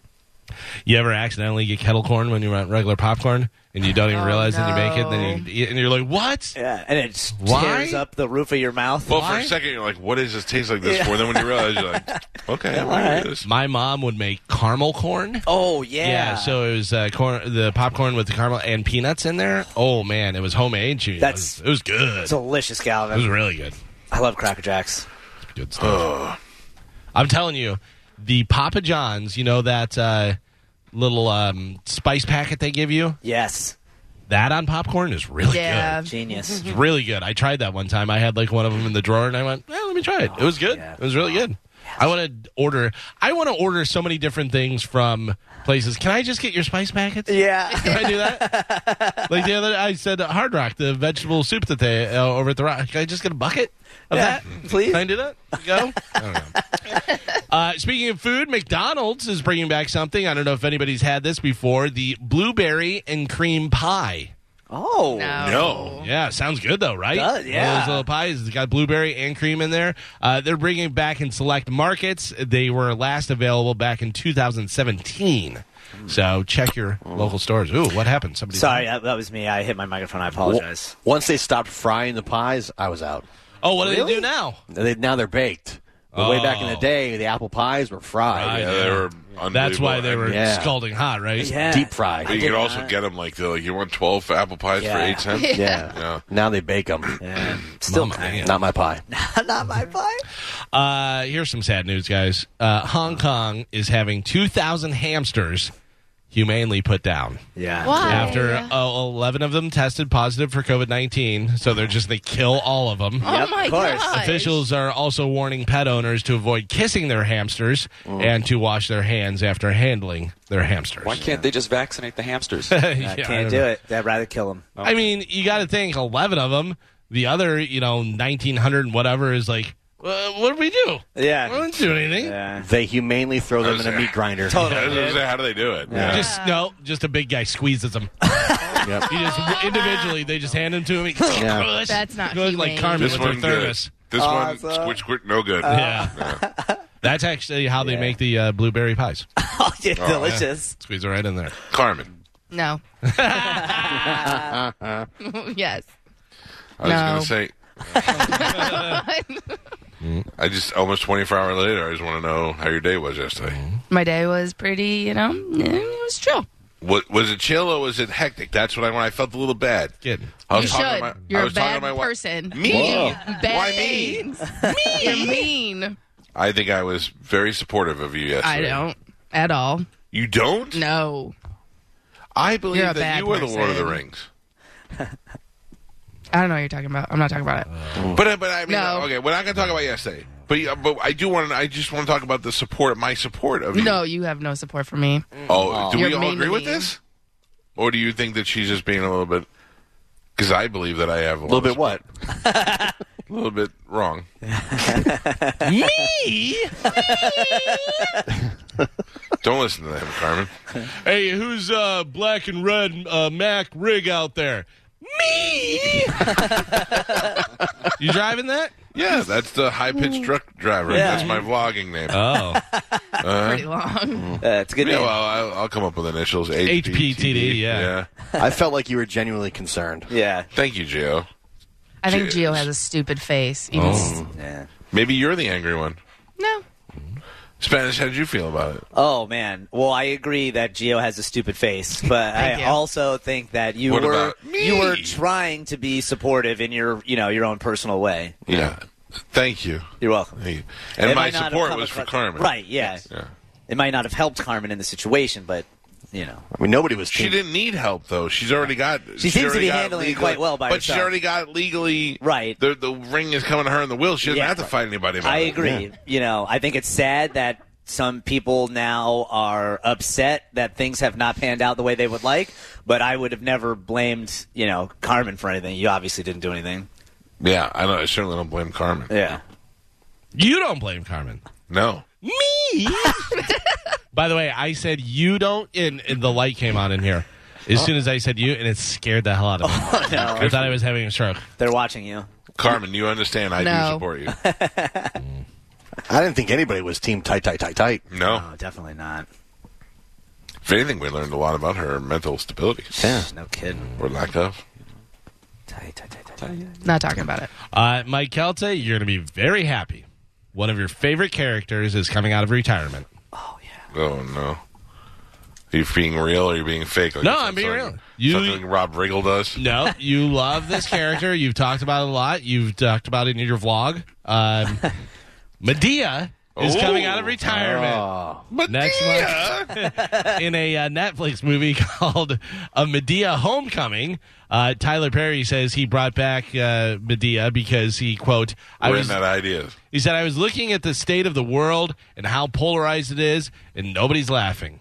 S4: You ever accidentally get kettle corn when you want regular popcorn and you don't even
S9: Oh,
S4: realize that you make it, and
S9: no.
S4: then you eat, and you're like, "What?"
S7: Yeah. And it
S4: Why?
S7: tears up the roof of your mouth.
S2: Well, for a second, you're like, what does this taste like this for? Then when you realize, you're
S7: *laughs*
S2: like, okay, I'm
S7: all
S2: going
S7: right.
S2: to this.
S4: My mom would make caramel corn.
S7: oh yeah.
S4: so it was uh, corn, the popcorn with the caramel and peanuts in there. Oh man, it was homemade. She,
S7: That's-
S4: it was, it was good. It
S7: delicious,
S4: was
S7: Calvin.
S4: really good.
S7: I love Cracker Jacks.
S4: Good stuff.
S9: *sighs*
S4: I'm telling you, the Papa John's. You know that uh, little um, spice packet they give you.
S7: Yes.
S4: That on popcorn is really
S9: Yeah.
S4: good.
S7: Um, Genius.
S4: It's really good. I tried that one time. I had like one of them in the drawer, and I went, "Well, let me try it." It was good.
S7: Oh, yeah.
S4: It was really good. I want to order. I want to order so many different things from places. Can I just get your spice packets?
S7: *laughs* Yeah.
S4: Can I do
S7: *laughs*
S4: that? like the other, I said Hard Rock, the vegetable soup that they uh, over at the Rock. Can I just get a bucket of
S7: Yeah,
S4: that?
S7: please.
S4: Can I do that? Go. I don't
S7: *laughs*
S4: know. Uh, speaking of food, McDonald's is bringing back something. I don't know if anybody's had this before. The blueberry and cream pie.
S7: Oh
S2: No.
S4: Yeah, sounds good though, right?
S7: Does, yeah.
S4: One of those little pies. It's got blueberry and cream in there. Uh, they're bringing it back in select markets. They were last available back in 2017. So check your local stores. Ooh, what happened? Somebody.
S7: Sorry, that, that was me. I hit my microphone. I apologize.
S8: Once they stopped frying the pies, I was out.
S4: Oh, what do they do now?
S8: They, now they're baked. But way back in the
S4: Oh.
S8: day, the apple pies were fried.
S4: Fried,
S2: Yeah, they were
S4: That's why they were
S8: Yeah.
S4: scalding hot, right?
S7: Yeah.
S8: Deep fried.
S2: But you could also get them like the like, you want twelve apple pies for
S7: Yeah.
S2: eight
S4: *laughs*
S2: cents.
S8: Yeah. Now they bake them.
S7: Yeah. Still
S4: Mama,
S7: kind.
S4: man.
S8: Not
S11: *laughs*
S8: my pie.
S7: Not my pie.
S4: Uh, here's some sad news, guys. Uh, Hong Kong is having 2,000 hamsters humanely put down.
S7: Oh. Yeah.
S9: Why?
S4: After uh, 11 of them tested positive for COVID 19, so they're just, they kill all of them.
S9: Oh
S7: Yep,
S9: my
S7: of course.
S9: gosh.
S4: Officials are also warning pet owners to avoid kissing their hamsters
S7: Mm.
S4: and to wash their hands after handling their hamsters. *laughs*
S6: Why can't they just vaccinate the hamsters?
S4: Yeah,
S7: I
S4: don't
S7: can't do
S4: know. Uh,
S7: it. I'd rather kill him.
S4: I mean, you got to think 11 of them, the other, you know, 1,900 and whatever is like, uh, what do we do?
S7: Yeah.
S4: We don't do anything.
S7: Yeah.
S8: They humanely throw them in a meat grinder.
S7: *laughs* Totally.
S2: I was gonna say, how do they do it? Yeah.
S4: Oh, Just no, just a big guy squeezes
S7: *laughs*
S4: them.
S8: Yep.
S4: He just individually, they just hand them to him. He
S8: Yeah.
S9: That's not
S4: Good, like
S9: humane.
S4: Carmen
S2: This
S4: with her
S2: one good.
S4: thermos.
S2: This one
S7: Awesome.
S2: squirt squirt no good.
S9: Uh,
S4: Yeah.
S7: *laughs*
S4: That's actually how they make the uh, blueberry pies.
S7: Oh, you're delicious.
S4: Squeeze it right in there.
S2: Carmen.
S7: *laughs*
S9: No. *laughs* yes. *laughs*
S2: I was
S9: No.
S2: gonna say. I just almost 24 hours later. I just want to know how your day was yesterday.
S9: My day was pretty, you know, it was chill.
S2: What was it chill or was it hectic? That's what I when I felt a little bad.
S4: Kidding.
S2: I
S9: You
S2: was talking
S9: should.
S2: to my,
S9: You're
S2: I
S9: a
S2: was talking
S9: bad
S2: to my wi-
S9: person.
S2: Me?
S9: You
S2: Whoa.
S9: Bad
S2: Why me?
S9: things. You're mean.
S2: I think I was very supportive of you yesterday.
S9: I don't at all.
S2: You don't?
S9: No.
S2: I
S9: You're a
S2: believe that
S9: bad
S2: you were the Lord of the
S9: person.
S2: Rings.
S9: I don't know what you're talking about. I'm not talking about it.
S2: But uh, but I mean
S9: No.
S2: okay, we're not going to talk about yesterday. But uh, but I do want to I just want to talk about the support my support of you.
S9: No, you have no support for me.
S2: Oh, do
S9: You're
S2: we all
S9: mean
S2: agree
S9: to
S2: with
S9: me.
S2: this? Or do you think that she's just being a little bit? Because I believe that I have a,
S8: A little bit what?
S2: a *laughs* little bit
S8: *laughs*
S2: wrong.
S4: Me?
S2: *laughs* Don't listen to him, Carmen.
S4: Hey, who's uh, black and red uh, Mac rig out there? Me? *laughs* you driving that?
S2: Yeah, that's the high pitched truck driver. That's my vlogging name.
S8: Uh,
S2: Uh-huh.
S4: Oh,
S2: Mm. *laughs*
S9: Pretty long.
S7: Uh, it's a good
S2: yeah,
S7: name.
S2: well, I'll, I'll come up with initials.
S4: HPTD, yeah.
S8: I felt like you were genuinely concerned.
S7: yeah.
S2: Thank you, Gio.
S9: I think
S2: Jeez. Oh.
S9: Geo has a stupid face. Even s-
S7: Yeah.
S2: Maybe you're the angry one.
S9: No.
S2: Spanish, how did you feel about it?
S7: Oh man. Well, I agree that Geo has a stupid *laughs* face, but I
S9: Thank you.
S7: also think that you
S2: What
S7: were
S2: about
S7: you
S2: me?
S7: were trying to be supportive in your you know your own personal way.
S2: Yeah. Thank you.
S7: You're welcome.
S2: Thank you. And
S7: It
S2: my
S7: might not have
S2: support
S7: come
S2: was for
S7: across-
S2: Carmen.
S7: Right. Yeah.
S2: Yeah.
S7: It might not have helped Carmen in the situation, but you know.
S8: I mean, nobody was.
S2: She didn't need help though. She's already got.
S7: She
S2: she's
S7: seems to
S2: already
S7: be
S2: got
S7: handling it quite well by
S2: But
S7: herself.
S2: she's already got legally
S7: Right.
S2: The the ring is coming to her in the will. She doesn't
S7: Yeah.
S2: have to fight anybody. About
S7: I
S2: it.
S7: agree. You know, I think it's sad that some people now are upset that things have not panned out the way they would like, but I would have never blamed, you know, Carmen for anything. You obviously didn't do anything.
S2: Yeah, I don't. I certainly don't blame Carmen.
S7: Yeah.
S4: you don't blame Carmen.
S2: No.
S4: Me? By the way, I said you don't, and, and the light came on in here as soon as I said you, and it scared the hell out of me. I thought I was having a stroke.
S7: They're watching you.
S2: Carmen, you understand? I
S9: No.
S2: do support
S4: *laughs*
S2: you.
S8: I didn't think anybody was team tight, tight, tight, tight.
S2: No.
S7: Oh, definitely not.
S2: If anything, we learned a lot about her mental stability
S7: No *laughs* kidding.
S2: or lack of.
S7: Tight, tight, tight, tight, tight.
S9: Not talking about it.
S4: Uh, Mike Kelta, you're going to be very happy. One of your favorite characters is coming out of retirement.
S2: Oh no. Are you being real or are you being fake? Like
S4: No,
S2: is that
S4: I'm being
S2: something-
S4: real. You-
S2: something Rob Riggle does.
S4: No, you love this character. You've talked about it a lot. You've talked about it in your vlog. Um, Medea is coming out of retirement next month *laughs* in a uh, Netflix movie *laughs* called A Medea Homecoming. Uh, Tyler Perry says he brought back uh, Medea because he quote I
S2: We're
S4: was
S2: in that idea.
S4: he said I was looking at the state of the world and how polarized it is and nobody's laughing.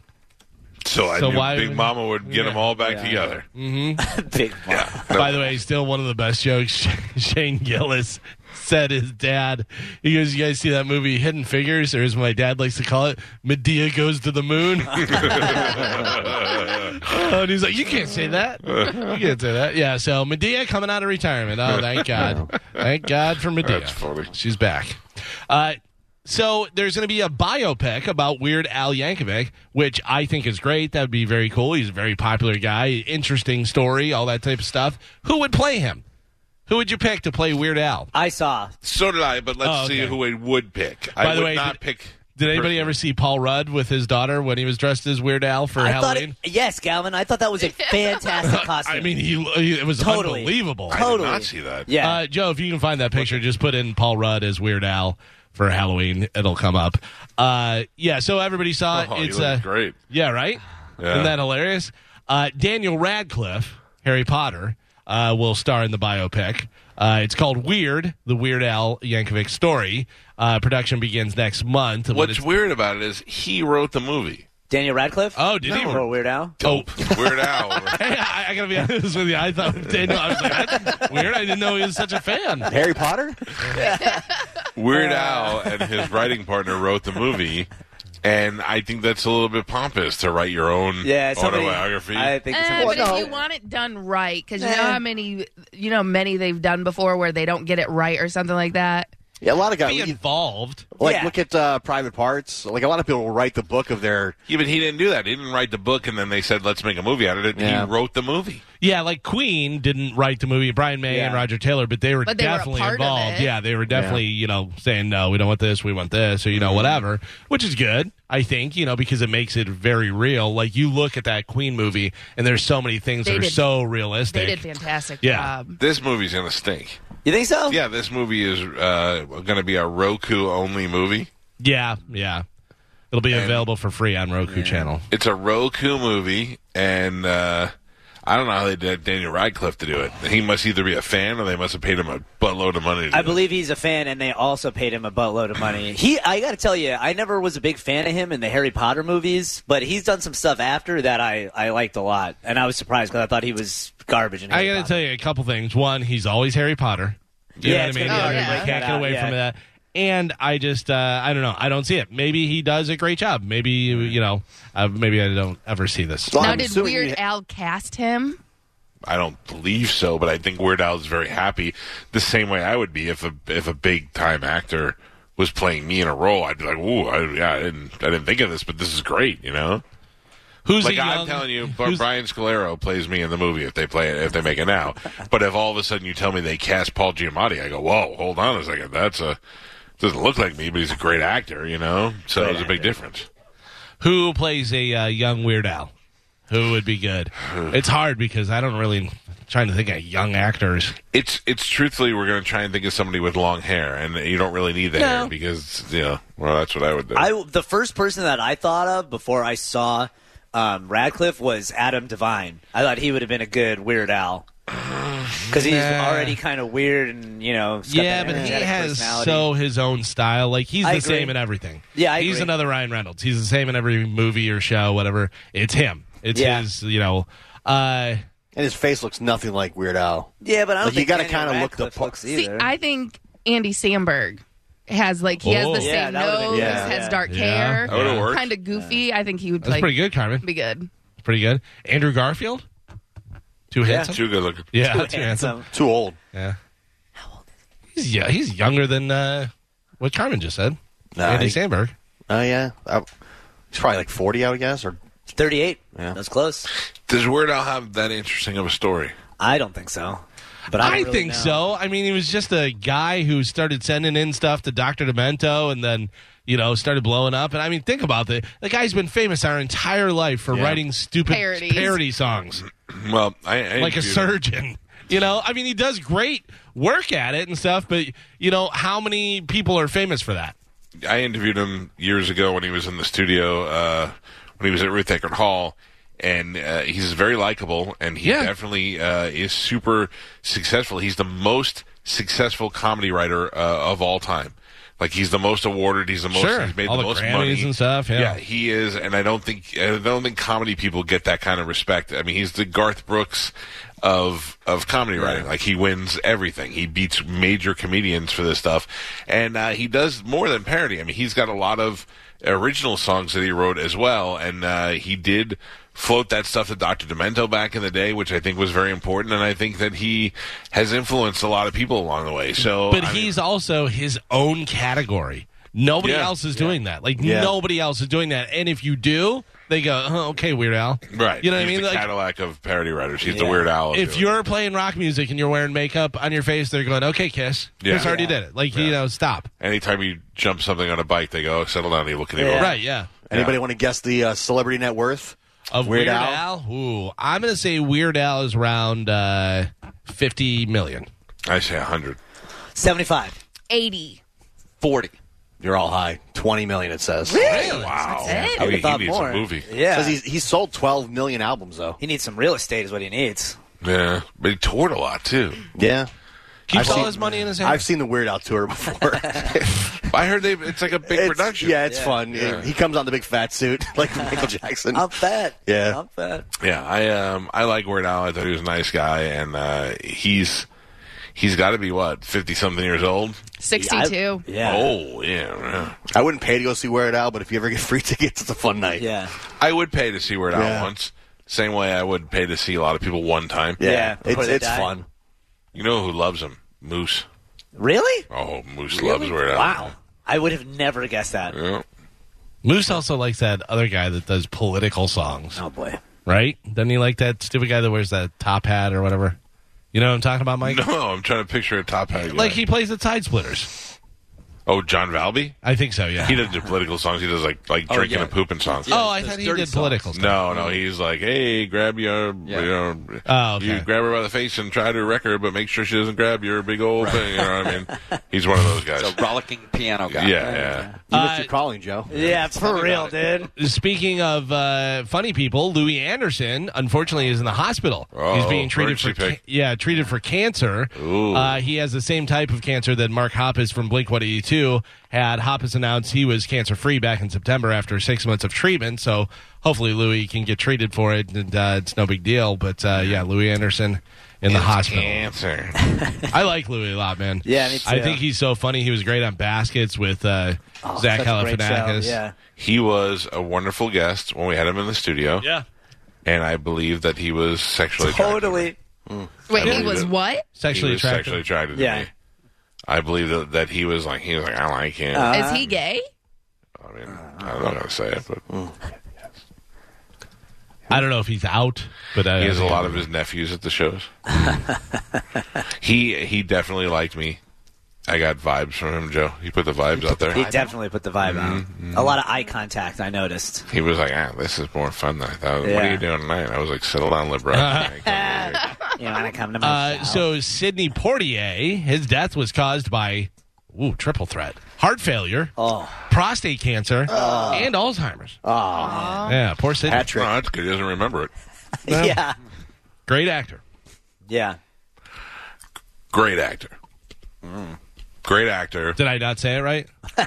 S2: So I
S4: So
S2: knew
S4: why
S2: Big
S4: would-
S2: Mama would get
S4: Yeah.
S2: them all back together.
S11: Big Mama.
S4: *laughs* By the way, still one of the best jokes *laughs* Shane Gillis said his dad. He goes, You guys see that movie Hidden Figures, or as my dad likes to call it, Medea Goes to the Moon? oh, and he's like, You can't say that. *laughs* You can't say that. Yeah, so Medea coming out of retirement. Oh, *laughs* thank God. thank God for Medea.
S2: That's funny.
S4: She's back. Uh, so there's going to be a biopic about Weird Al Yankovic, which I think is great. That would be very cool. He's a very popular guy, interesting story, all that type of stuff. Who would play him? Who would you pick to play Weird Al?
S11: I saw.
S2: So did I, but let's
S4: Oh, okay.
S2: see who I would pick.
S4: By
S2: I
S4: the
S2: would
S4: way,
S2: not
S4: did-
S2: pick.
S4: Did anybody ever see Paul Rudd with his daughter when he was dressed as Weird Al for
S11: I thought
S4: Halloween?
S11: it, yes, Galvin. I thought that
S4: *laughs*
S11: was a fantastic costume.
S4: I mean, he, he- it was
S11: Totally.
S4: unbelievable.
S2: I did
S11: Totally.
S2: not see that.
S11: Yeah.
S4: Uh, Joe, if you can find that picture, just put in Paul Rudd as Weird Al for Halloween. It'll come up. Uh, yeah, so everybody saw it.
S2: Oh, he
S4: it's
S2: looks
S4: uh,
S2: great.
S4: Yeah, right?
S2: Yeah.
S4: Isn't that hilarious? Uh, Daniel Radcliffe, Harry Potter, uh, will star in the biopic. Uh, it's called Weird, the Weird Al Yankovic story. Uh, production begins next month. but
S2: What's
S4: it's- *laughs*
S2: weird about it is he wrote the movie.
S11: Daniel Radcliffe.
S4: Oh, did he?
S11: Or Weird Al.
S4: Oh. Uh.
S2: Weird
S4: *laughs*
S2: Al.
S4: Hey, I, I gotta be honest with you. I thought Daniel. I was like, that's weird. I didn't know he was such a fan.
S8: Harry Potter?
S2: Weird Al and his writing partner wrote the movie, and I think that's a little bit pompous to write your own
S11: Yeah, somebody,
S2: autobiography.
S11: I think it's
S9: Eh, but if you want it done right, because you know how many, you know, many they've done before where they don't get it right or something like that.
S8: Yeah, a lot of guys.
S4: Be involved.
S8: Like,
S11: Yeah.
S8: look at uh, Private Parts. Like, a lot of people will write the book of their.
S2: yeah, but he didn't do that. He didn't write the book, and then they said, "Let's make a movie out of it."
S8: Yeah.
S2: He wrote the movie.
S4: Yeah, like Queen didn't write the movie Brian May and
S11: Yeah.
S4: Roger Taylor, but they were
S9: But they were a
S4: definitely
S9: part of
S4: involved.
S9: it.
S4: Yeah, they were definitely, you know, saying no, we don't want this, we want this, or you know, whatever, which is good, I think, you know, because it makes it very real. Like you look at that Queen movie, and there's so many things
S9: They
S4: that are
S9: did-
S4: so
S9: They
S4: realistic.
S9: did fantastic
S4: Yeah.
S9: job.
S2: This movie's gonna stink.
S11: You think so?
S2: Yeah, this movie is uh, gonna be a Roku only movie.
S4: Yeah, yeah, it'll be available for free on Roku channel.
S2: It's a Roku movie, and uh, I don't know how they did Daniel Radcliffe to do it. He must either be a fan, or they must have paid him a buttload of money. To
S11: I
S2: do it.
S11: believe he's a fan, and they also paid him a buttload of money. He, I got to tell you, I never was a big fan of him in the Harry Potter movies, but he's done some stuff after that I, I liked a lot, and I was surprised because I thought he was garbage. In
S4: I
S11: Harry
S4: got to
S11: Potter.
S4: tell you a couple things. One, he's always Harry Potter. You
S11: Yeah,
S4: know
S11: it's
S4: what I mean?
S11: gonna be
S9: hard to
S4: Yeah,
S9: break
S4: I
S11: that
S4: can't get
S11: out,
S4: away
S11: yeah.
S4: from that. And I just, uh, I don't know. I don't see it. Maybe he does a great job. Maybe, you know, uh, maybe I don't ever see this.
S8: Well,
S9: Now,
S8: I'm
S9: did
S8: assuming
S9: Weird
S8: you-
S9: Al cast him?
S2: I don't believe so, but I think Weird Al is very happy. The same way I would be if a if a big time actor was playing me in a role, I'd be like, "Ooh, I, yeah, I didn't I didn't think of this, but this is great," you know.
S4: Who's
S2: like
S4: the
S2: I'm
S4: young-
S2: telling you, Bar-
S4: who's-
S2: Brian Scalero plays me in the movie if they play it if they make it now. but if all of a sudden you tell me they cast Paul Giamatti, I go, "Whoa, hold on a second, that's a doesn't look like me, but he's a great actor," you know. So it was a big difference.
S4: who plays a uh, young Weird Al? Who would
S2: *sighs*
S4: be good? it's hard because I don't really trying to think of young actors.
S2: It's it's truthfully we're going to try and think of somebody with long hair, and you don't really need the hair because you know well that's what I would do.
S11: I the first person that I thought of before I saw um, Radcliffe was Adam Devine. I thought he would have been a good Weird
S4: *sighs*
S11: Al because he's
S4: Nah.
S11: already kind of weird and you know. he's got
S4: Yeah,
S11: that
S4: but he
S11: energetic
S4: has
S11: personality.
S4: so his own style. Like he's
S11: I
S4: the
S11: agree.
S4: same in everything.
S11: Yeah, I
S4: he's
S11: agree.
S4: another Ryan Reynolds. He's the same in every movie or show, whatever. It's him. It's
S11: Yeah.
S4: his. You know. Uh,
S8: And his face looks nothing like Weird Al.
S11: Yeah, but I don't
S8: Like, you
S11: think
S8: gotta
S11: Daniel
S8: kinda look the
S11: Radcliffe
S8: part.
S11: looks
S9: See,
S11: either.
S9: I think Andy Samberg has like he has
S4: Oh.
S9: the
S11: Yeah,
S9: same
S11: that would've been-
S9: nose,
S8: yeah.
S9: has dark
S4: Yeah.
S2: That would've
S9: hair,
S2: worked.
S9: kind of goofy. I think he would
S4: that's
S9: like
S4: pretty good, Carmen.
S9: be good.
S4: Pretty good. Andrew Garfield. Too handsome.
S2: Too good looking.
S4: yeah, too, *laughs* handsome.
S11: handsome.
S8: Too old.
S4: Yeah. He's yeah. He's younger than uh, what Carmen just said.
S8: Nah,
S4: Andy
S8: he-
S4: Sandberg.
S8: Oh, yeah. Uh, he's probably like 40, I would guess, or
S11: Thirty-eight.
S8: Yeah.
S11: That's close.
S2: Does Weird Al have that interesting of a story?
S11: I don't think so. But I,
S4: I,
S11: don't really
S4: think
S11: know.
S4: so. I mean, he was just a guy who started sending in stuff to Dr. Demento and then, you know, started blowing up. And I mean, think about it. The guy's been famous our entire life for writing stupid
S9: Parodies.
S4: parody songs,
S2: Well, I, I
S4: like a
S2: interviewed him.
S4: surgeon. *laughs* You know, I mean, he does great work at it and stuff, but, you know, how many people are famous for that?
S2: I interviewed him years ago when he was in the studio uh, when he was at Ruth Eckert Hall, and uh, he's very likable, and he
S4: Yeah.
S2: definitely uh, is super successful. He's the most successful comedy writer uh, of all time. Like he's the most awarded. He's the most.
S4: Sure.
S2: He's made
S4: All
S2: the,
S4: the
S2: most
S4: Grammys
S2: money
S4: and stuff, yeah.
S2: he is, and I don't think I don't think comedy people get that kind of respect. I mean, he's the Garth Brooks of of comedy writing. Like he wins everything. He beats major comedians for this stuff, and uh, he does more than parody. I mean, he's got a lot of original songs that he wrote as well, and uh, he did float that stuff to Dr. Demento back in the day, which I think was very important, and I think that he has influenced a lot of people along the way. So,
S4: But
S2: I mean-
S4: he's also his own category. Nobody
S2: Yeah.
S4: else is doing that. Like
S2: Yeah.
S4: nobody else is doing that. And if you do, they go, oh, "Okay, Weird Al."
S2: Right,
S4: You know what
S2: he's
S4: I mean?
S2: The
S4: Like,
S2: Cadillac of parody writers. He's the Weird Al. of
S4: if
S2: it.
S4: you're playing rock music and you're wearing makeup on your face, they're going, "Okay, Kiss."
S2: Yeah.
S4: Kiss already
S2: Yeah.
S4: did it. Like you know, stop.
S2: Anytime you jump something on a bike, they go, "Oh, settle down, you look at it. over.
S4: Right? Yeah.
S8: Anybody want to guess the uh, celebrity net worth
S4: Of Weird, Al? Ooh, I'm gonna say Weird Al is around uh, 50 million.
S2: I say 100.
S11: 75.
S9: 80.
S8: 40. You're all high. 20 million, it says.
S11: Really?
S2: Wow.
S11: That's it?
S8: I would have
S11: He
S8: thought
S11: needs a
S8: more.
S2: movie.
S11: Yeah.
S8: Says he's, he's sold 12 million albums, though.
S11: He needs some real estate, is what he needs.
S2: Yeah. But he toured a lot, too.
S8: Yeah.
S4: Keeps
S8: I've
S4: all
S8: seen-
S4: his money in his hand.
S8: I've seen the Weird Al
S11: *laughs*
S8: tour before. *laughs*
S2: I heard they it's like a big
S8: It's-
S2: production.
S8: Yeah, it's fun.
S2: Yeah.
S8: He comes on the big fat suit *laughs* like Michael Jackson.
S11: I'm fat.
S8: Yeah.
S11: I'm fat.
S2: Yeah, I um I like Weird Al. I thought he was a nice guy, and uh, he's he's got to be what fifty something years old.
S9: 62.
S11: Yeah.
S2: Oh yeah, yeah.
S8: I wouldn't pay to go see Weird Al, but if you ever get free *laughs* tickets, it's a fun night.
S11: Yeah.
S2: I would pay to see Weird Al
S8: Yeah.
S2: once. Same way I would pay to see a lot of people one time.
S8: Yeah,
S11: Yeah, before
S8: it's
S11: they
S8: it's
S11: die.
S8: fun.
S2: You know who loves him? Moose.
S11: Really?
S2: Oh, Moose loves Weird Al.
S11: Wow. I would have never guessed that.
S2: Yeah. *laughs*
S4: Moose also likes that other guy that does political songs.
S11: Oh, boy.
S4: right? Doesn't he like that stupid guy that wears that top hat or whatever? You know what I'm talking about, Mike?
S2: No, I'm trying to picture a top hat. guy.
S4: Like he plays the Tide Splitters.
S2: oh, John Valby.
S4: I think so. Yeah.
S2: He doesn't do political songs. He does like like drinking
S6: yeah.
S2: and pooping songs.
S4: oh, I
S6: those
S4: thought he
S6: dirty
S4: did
S6: songs.
S4: political. Stuff.
S2: No, no, he's like, hey, grab your, you know,
S4: Oh, okay.
S2: you grab her by the face and try to wreck her, but make sure she doesn't grab your big old thing. You know what I mean? He's one of those guys.
S6: It's a rollicking piano
S2: yeah,
S6: guy.
S2: yeah.
S8: You
S4: Uh,
S8: missed your calling, Joe.
S11: Yeah, for real,
S6: about it.
S11: dude.
S4: Speaking of uh, funny people, Louis Anderson unfortunately is in the hospital.
S2: Oh,
S4: He's being treated for
S2: emergency
S4: ca-
S2: pick.
S4: yeah, treated for cancer.
S2: Ooh.
S4: Uh, he has the same type of cancer that Mark Hoppus from Blink One Eighty Two had. Hoppus announced he was cancer free back in September after six months of treatment. So hopefully Louis can get treated for it, and uh, it's no big deal. But uh, yeah, Louis Anderson in the hospital.
S2: Cancer.
S4: I like Louis a lot, man.
S11: Yeah, me too. Oh,
S4: I think he's so funny. He was great on Baskets with uh,
S11: Such
S4: Zach
S11: a great show.
S4: Galifianakis.
S11: Yeah.
S2: he was a wonderful guest when we had him in the studio,
S4: yeah.
S2: and I believe that he was sexually attracted to me.
S11: Totally.
S9: Wait,
S2: I
S9: he was
S2: believe it.
S9: what?
S4: Sexually
S2: he was
S4: attracted.
S2: sexually attracted to
S11: Yeah.
S2: me. I believe that, that he was like he was like I like him.
S9: Is
S11: Uh-huh.
S9: he gay?
S2: I mean, I'm not gonna say it, but
S4: I don't know if he's out, but uh,
S2: he has a lot of his nephews at the shows. he he definitely liked me. I got vibes from him, Joe. He put the vibes out
S7: *laughs*
S2: there.
S11: He definitely put the vibe on. A lot of eye contact, I noticed.
S2: He was like, ah, this is more fun than I thought. What
S11: Yeah.
S2: are you doing tonight? I was like, settle down, LeBron. Yeah, come
S11: You want to come to my
S4: Uh,
S11: show?
S4: so Sidney Portier, his death was caused by ooh triple threat: heart failure,
S11: Oh.
S4: prostate cancer, and Alzheimer's. Oh, yeah, poor Sidney.
S2: here. no, that's good. He doesn't remember it.
S11: *laughs* yeah.
S4: Great actor.
S11: Yeah.
S2: Great actor. Great actor.
S4: Did I not say it right?
S2: No.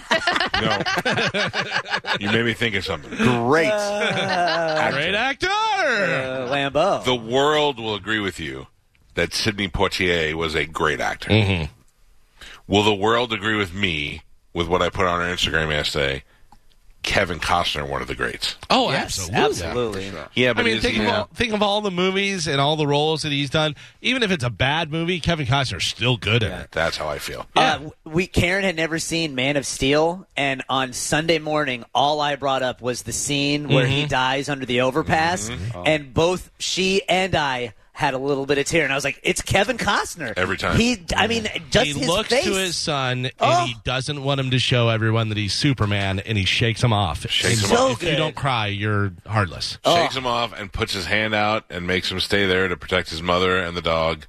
S2: you made me think of something.
S8: Great.
S4: Great actor.
S11: Uh, Lambeau.
S2: The world will agree with you that Sidney Poitier was a great actor. Will the world agree with me with what I put on our Instagram yesterday? Kevin Costner, one of the greats.
S4: oh,
S11: yes,
S4: absolutely.
S11: absolutely.
S2: Yeah,
S4: I mean, think of, all, think of all the movies and all the roles that he's done. Even if it's a bad movie, Kevin Costner's still good in it.
S2: that's how I feel.
S11: Yeah, Uh, w- we Karen had never seen Man of Steel, and on Sunday morning, all I brought up was the scene where he dies under the overpass,
S2: Oh.
S11: and both she and I had a little bit of tear, and I was like, "It's Kevin Costner
S2: Every time.
S11: He, I mean, just
S4: he
S11: his
S4: looks
S11: face.
S4: to his son,
S11: Oh.
S4: and he doesn't want him to show everyone that he's Superman, and he shakes him off.
S2: Shakes
S4: And
S2: him Uh,
S11: off.
S4: If
S11: So
S4: you
S11: good.
S4: don't cry, you're heartless.
S2: shakes him off and puts his hand out and makes him stay there to protect his mother and the dog.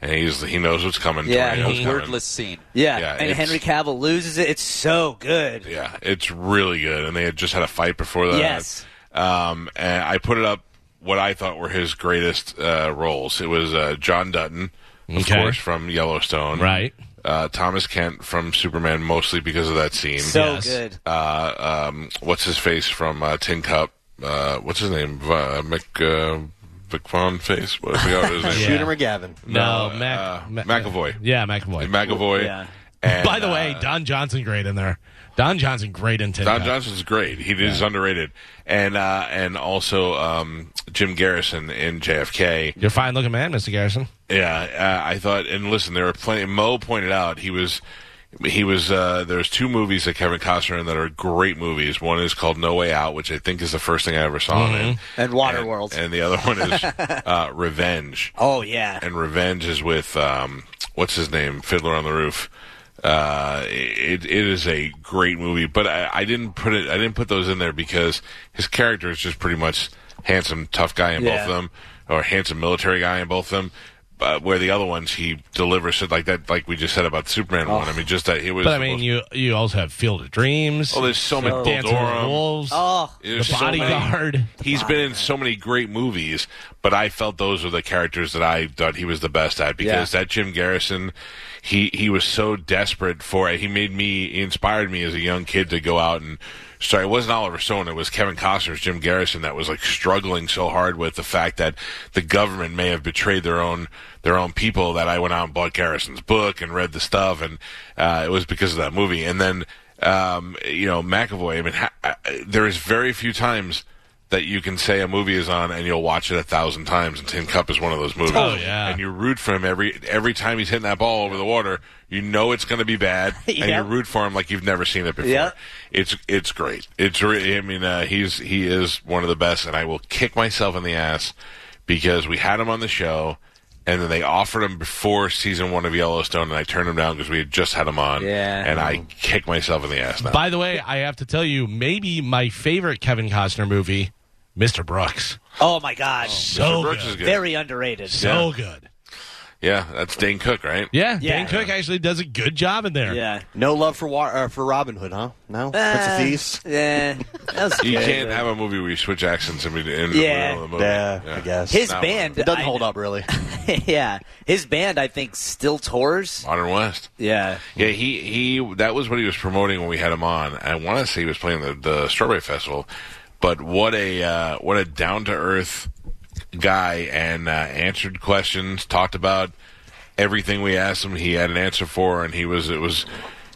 S2: and he's he knows what's coming.
S6: Yeah,
S2: Tornado's
S6: a
S2: coming.
S6: wordless scene.
S7: Yeah,
S2: Yeah,
S7: and
S2: it's-
S7: Henry Cavill loses it. It's so good.
S2: Yeah, it's really good. And they had just had a fight before that.
S7: Yes.
S2: Um, and I put it up what I thought were his greatest uh, roles. It was uh, John Dutton, of
S4: Okay.
S2: course, from Yellowstone.
S4: Right.
S2: Uh, Thomas Kent from Superman, mostly because of that scene.
S7: So Yes. good.
S2: Uh, um, what's his face from uh, Tin Cup? Uh, what's his name? V- uh, Mc, uh, McFawn face? What, I forgot
S4: *laughs*
S2: what his name
S8: Shooter McGavin.
S4: No,
S2: uh,
S4: Oh, Mac-
S2: uh,
S4: Ma-
S2: McAvoy.
S4: Yeah, McAvoy.
S2: McAvoy.
S7: Yeah.
S2: And,
S4: By the way,
S2: uh,
S4: Don Johnson great in there. Don Johnson great in Tin
S2: Don
S4: Cup.
S2: Johnson's great. He is underrated, and uh, and also um, Jim Garrison in JFK.
S4: You're a fine looking man, Mr. Garrison.
S2: Yeah, uh, I thought. And listen, there were plenty. Mo pointed out he was. He was uh, there's two movies that Kevin Costner in that are great movies. One is called No Way Out, which I think is the first thing I ever saw him in,
S11: And
S8: Mm-hmm.
S11: Waterworld.
S2: and the other one is *laughs* uh, Revenge.
S11: oh yeah.
S2: And Revenge is with um, what's his name, Fiddler on the Roof. Uh, it it is a great movie, but I, I didn't put it. I didn't put those in there because his character is just pretty much handsome, tough guy in both
S11: Yeah.
S2: of them, or handsome military guy in both of them. But where the other ones, he delivers it like that, like we just said about the Superman one. I mean, just that it was.
S4: But I
S2: the
S4: mean,
S2: most-
S4: you you also have Field of Dreams.
S2: Oh, there's so many-
S4: Dance with
S2: Dorum.
S4: the Wolves.
S7: Oh,
S2: There's
S4: The
S2: so many-
S4: Bodyguard.
S2: He's been in so many great movies, but I felt those were the characters that I thought he was the best at because that Jim Garrison, he he was so desperate for it. He made me he inspired me as a young kid to go out and sorry, it wasn't Oliver Stone, it was Kevin Costner's Jim Garrison that was like struggling so hard with the fact that the government may have betrayed their own their own people that I went out and bought Garrison's book and read the stuff and uh, it was because of that movie. And then um, you know, McAvoy, I mean, ha- I- I- there is very few times that you can say a movie is on and you'll watch it a thousand times. And Tin Cup is one of those movies.
S4: Oh, yeah.
S2: And you root for him every every time he's hitting that ball over the water. You know it's going to be
S4: *laughs*
S2: bad, and you
S7: Yep.
S2: root for him like you've never seen it before.
S7: Yep.
S2: It's it's great. It's re- I mean uh, he's he is one of the best, and I will kick myself in the ass because we had him on the show. And then they offered him before season one of Yellowstone, and I turned him down because we had just had him on.
S7: Yeah.
S2: And I kick myself in the ass now.
S4: By the way, I have to tell you, maybe my favorite Kevin Costner movie, Mr. Brooks.
S7: Oh my God,
S4: so
S2: Mr. Brooks
S4: good.
S2: is good.
S7: very underrated.
S4: So good.
S2: yeah, that's Dane Cook, right?
S4: Yeah,
S7: Yeah.
S4: Dan Cook actually does a good job in there.
S7: Yeah,
S8: No love for Wa- uh, for Robin Hood, huh? No, Prince of Thieves.
S7: yeah, that was
S2: You
S7: good.
S2: can't have a movie where you switch accents in, be- in the
S7: Yeah.
S2: middle of the movie.
S8: Yeah, I guess
S7: His
S2: not
S7: band
S8: it doesn't
S7: I-
S8: hold up really.
S7: *laughs* yeah, his band I think still tours.
S2: Modern West.
S7: Yeah,
S2: Yeah, he he. That was what he was promoting when we had him on. I want to say he was playing the, the Strawberry Festival, but what a uh, what a down to earth guy and uh, answered questions, talked about everything we asked him. He had an answer for, and he was it was.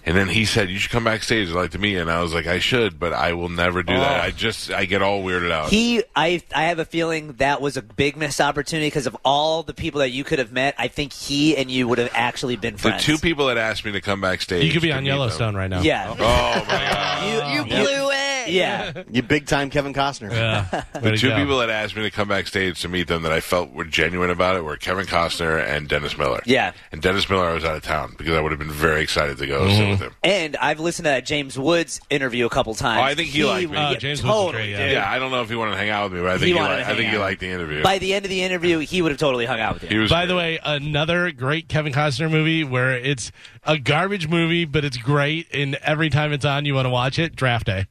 S2: And then he said, "You should come backstage like to me." And I was like, "I should, but I will never do that. I just I get all weirded out."
S7: Oh. He, I, I have a feeling that was a big missed opportunity because of all the people that you could have met. I think he and you would have actually been
S2: the
S7: friends.
S2: two people that asked me to come backstage,
S4: You could be
S2: to
S4: on
S2: meet them-
S4: Yellowstone right now.
S7: yeah,
S2: Oh my god.
S7: you, you blew it. Yeah,
S8: You big time Kevin Costner.
S4: Way
S7: *laughs*
S2: The
S4: to
S2: two
S4: go.
S2: people that asked me to come backstage to meet them that I felt were genuine about it were Kevin Costner and Dennis Miller.
S7: Yeah.
S2: And Dennis Miller, I was out of town because I would have been very excited to go
S4: Mm-hmm.
S2: sit with him.
S7: and I've listened to that James Woods interview a couple times.
S2: Oh, I think he liked me.
S4: Oh,
S7: yeah,
S4: James Woods is
S7: totally,
S4: great, yeah.
S7: dude.
S2: Yeah, I don't know if he wanted to hang out with me, but I think he,
S7: wanted
S2: li-
S7: to
S2: I think
S7: hang
S2: he
S7: out.
S2: liked the interview.
S7: By the end of the interview, he would have totally hung out with
S2: he
S7: you.
S2: was great.
S4: By the way, another great Kevin Costner movie where it's a garbage movie, but it's great, and every time it's on, you want to watch it. Draft Day.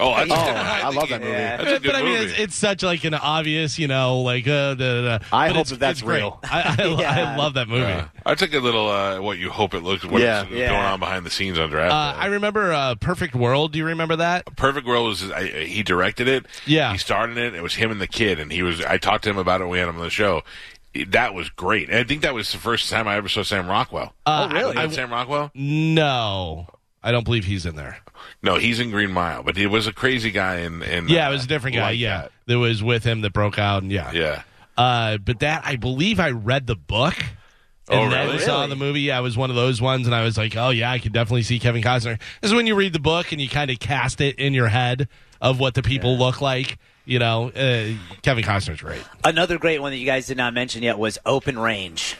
S2: oh, that's, *laughs*
S8: I
S2: think
S8: love
S2: he-
S8: that movie.
S2: That's a
S4: but,
S2: good
S4: but I mean,
S2: movie.
S4: it's, it's such like an obvious, you know, like uh, da, da, da.
S8: I
S4: But
S8: hope
S4: it's-
S8: that that's
S4: it's great.
S8: real.
S4: I, I, I love that movie.
S2: Yeah. I took a little uh, what you hope it looks what's
S8: Yeah.
S2: going on behind the scenes on draft.
S4: Uh,
S2: Day.
S4: I remember uh, Perfect World. Do you remember that?
S2: Perfect World was I, he directed it.
S4: Yeah.
S2: he started it. It was him and the kid, and he was. I talked to him about it when we had him on the show. It- That was great. And I think that was the first time I ever saw Sam Rockwell.
S4: Uh,
S2: oh,
S4: really? I-
S2: Sam Rockwell?
S4: No, I don't believe he's in there.
S2: No, he's in Green Mile, but he was a crazy guy. In, in
S4: Yeah,
S2: uh,
S4: it was a different guy.
S2: like
S4: yeah, that was with him that broke out. And yeah,
S2: that. yeah.
S4: Uh, but that I believe I read the book.
S2: Oh,
S4: And then
S2: really?
S4: saw the movie. Yeah, it was one of those ones, and I was like, "Oh yeah, I could definitely see Kevin Costner." This is when you read the book and you kind of cast it in your head of what the people look like. You know, uh, Kevin Costner's great.
S7: Another great one that you guys did not mention yet was Open Range.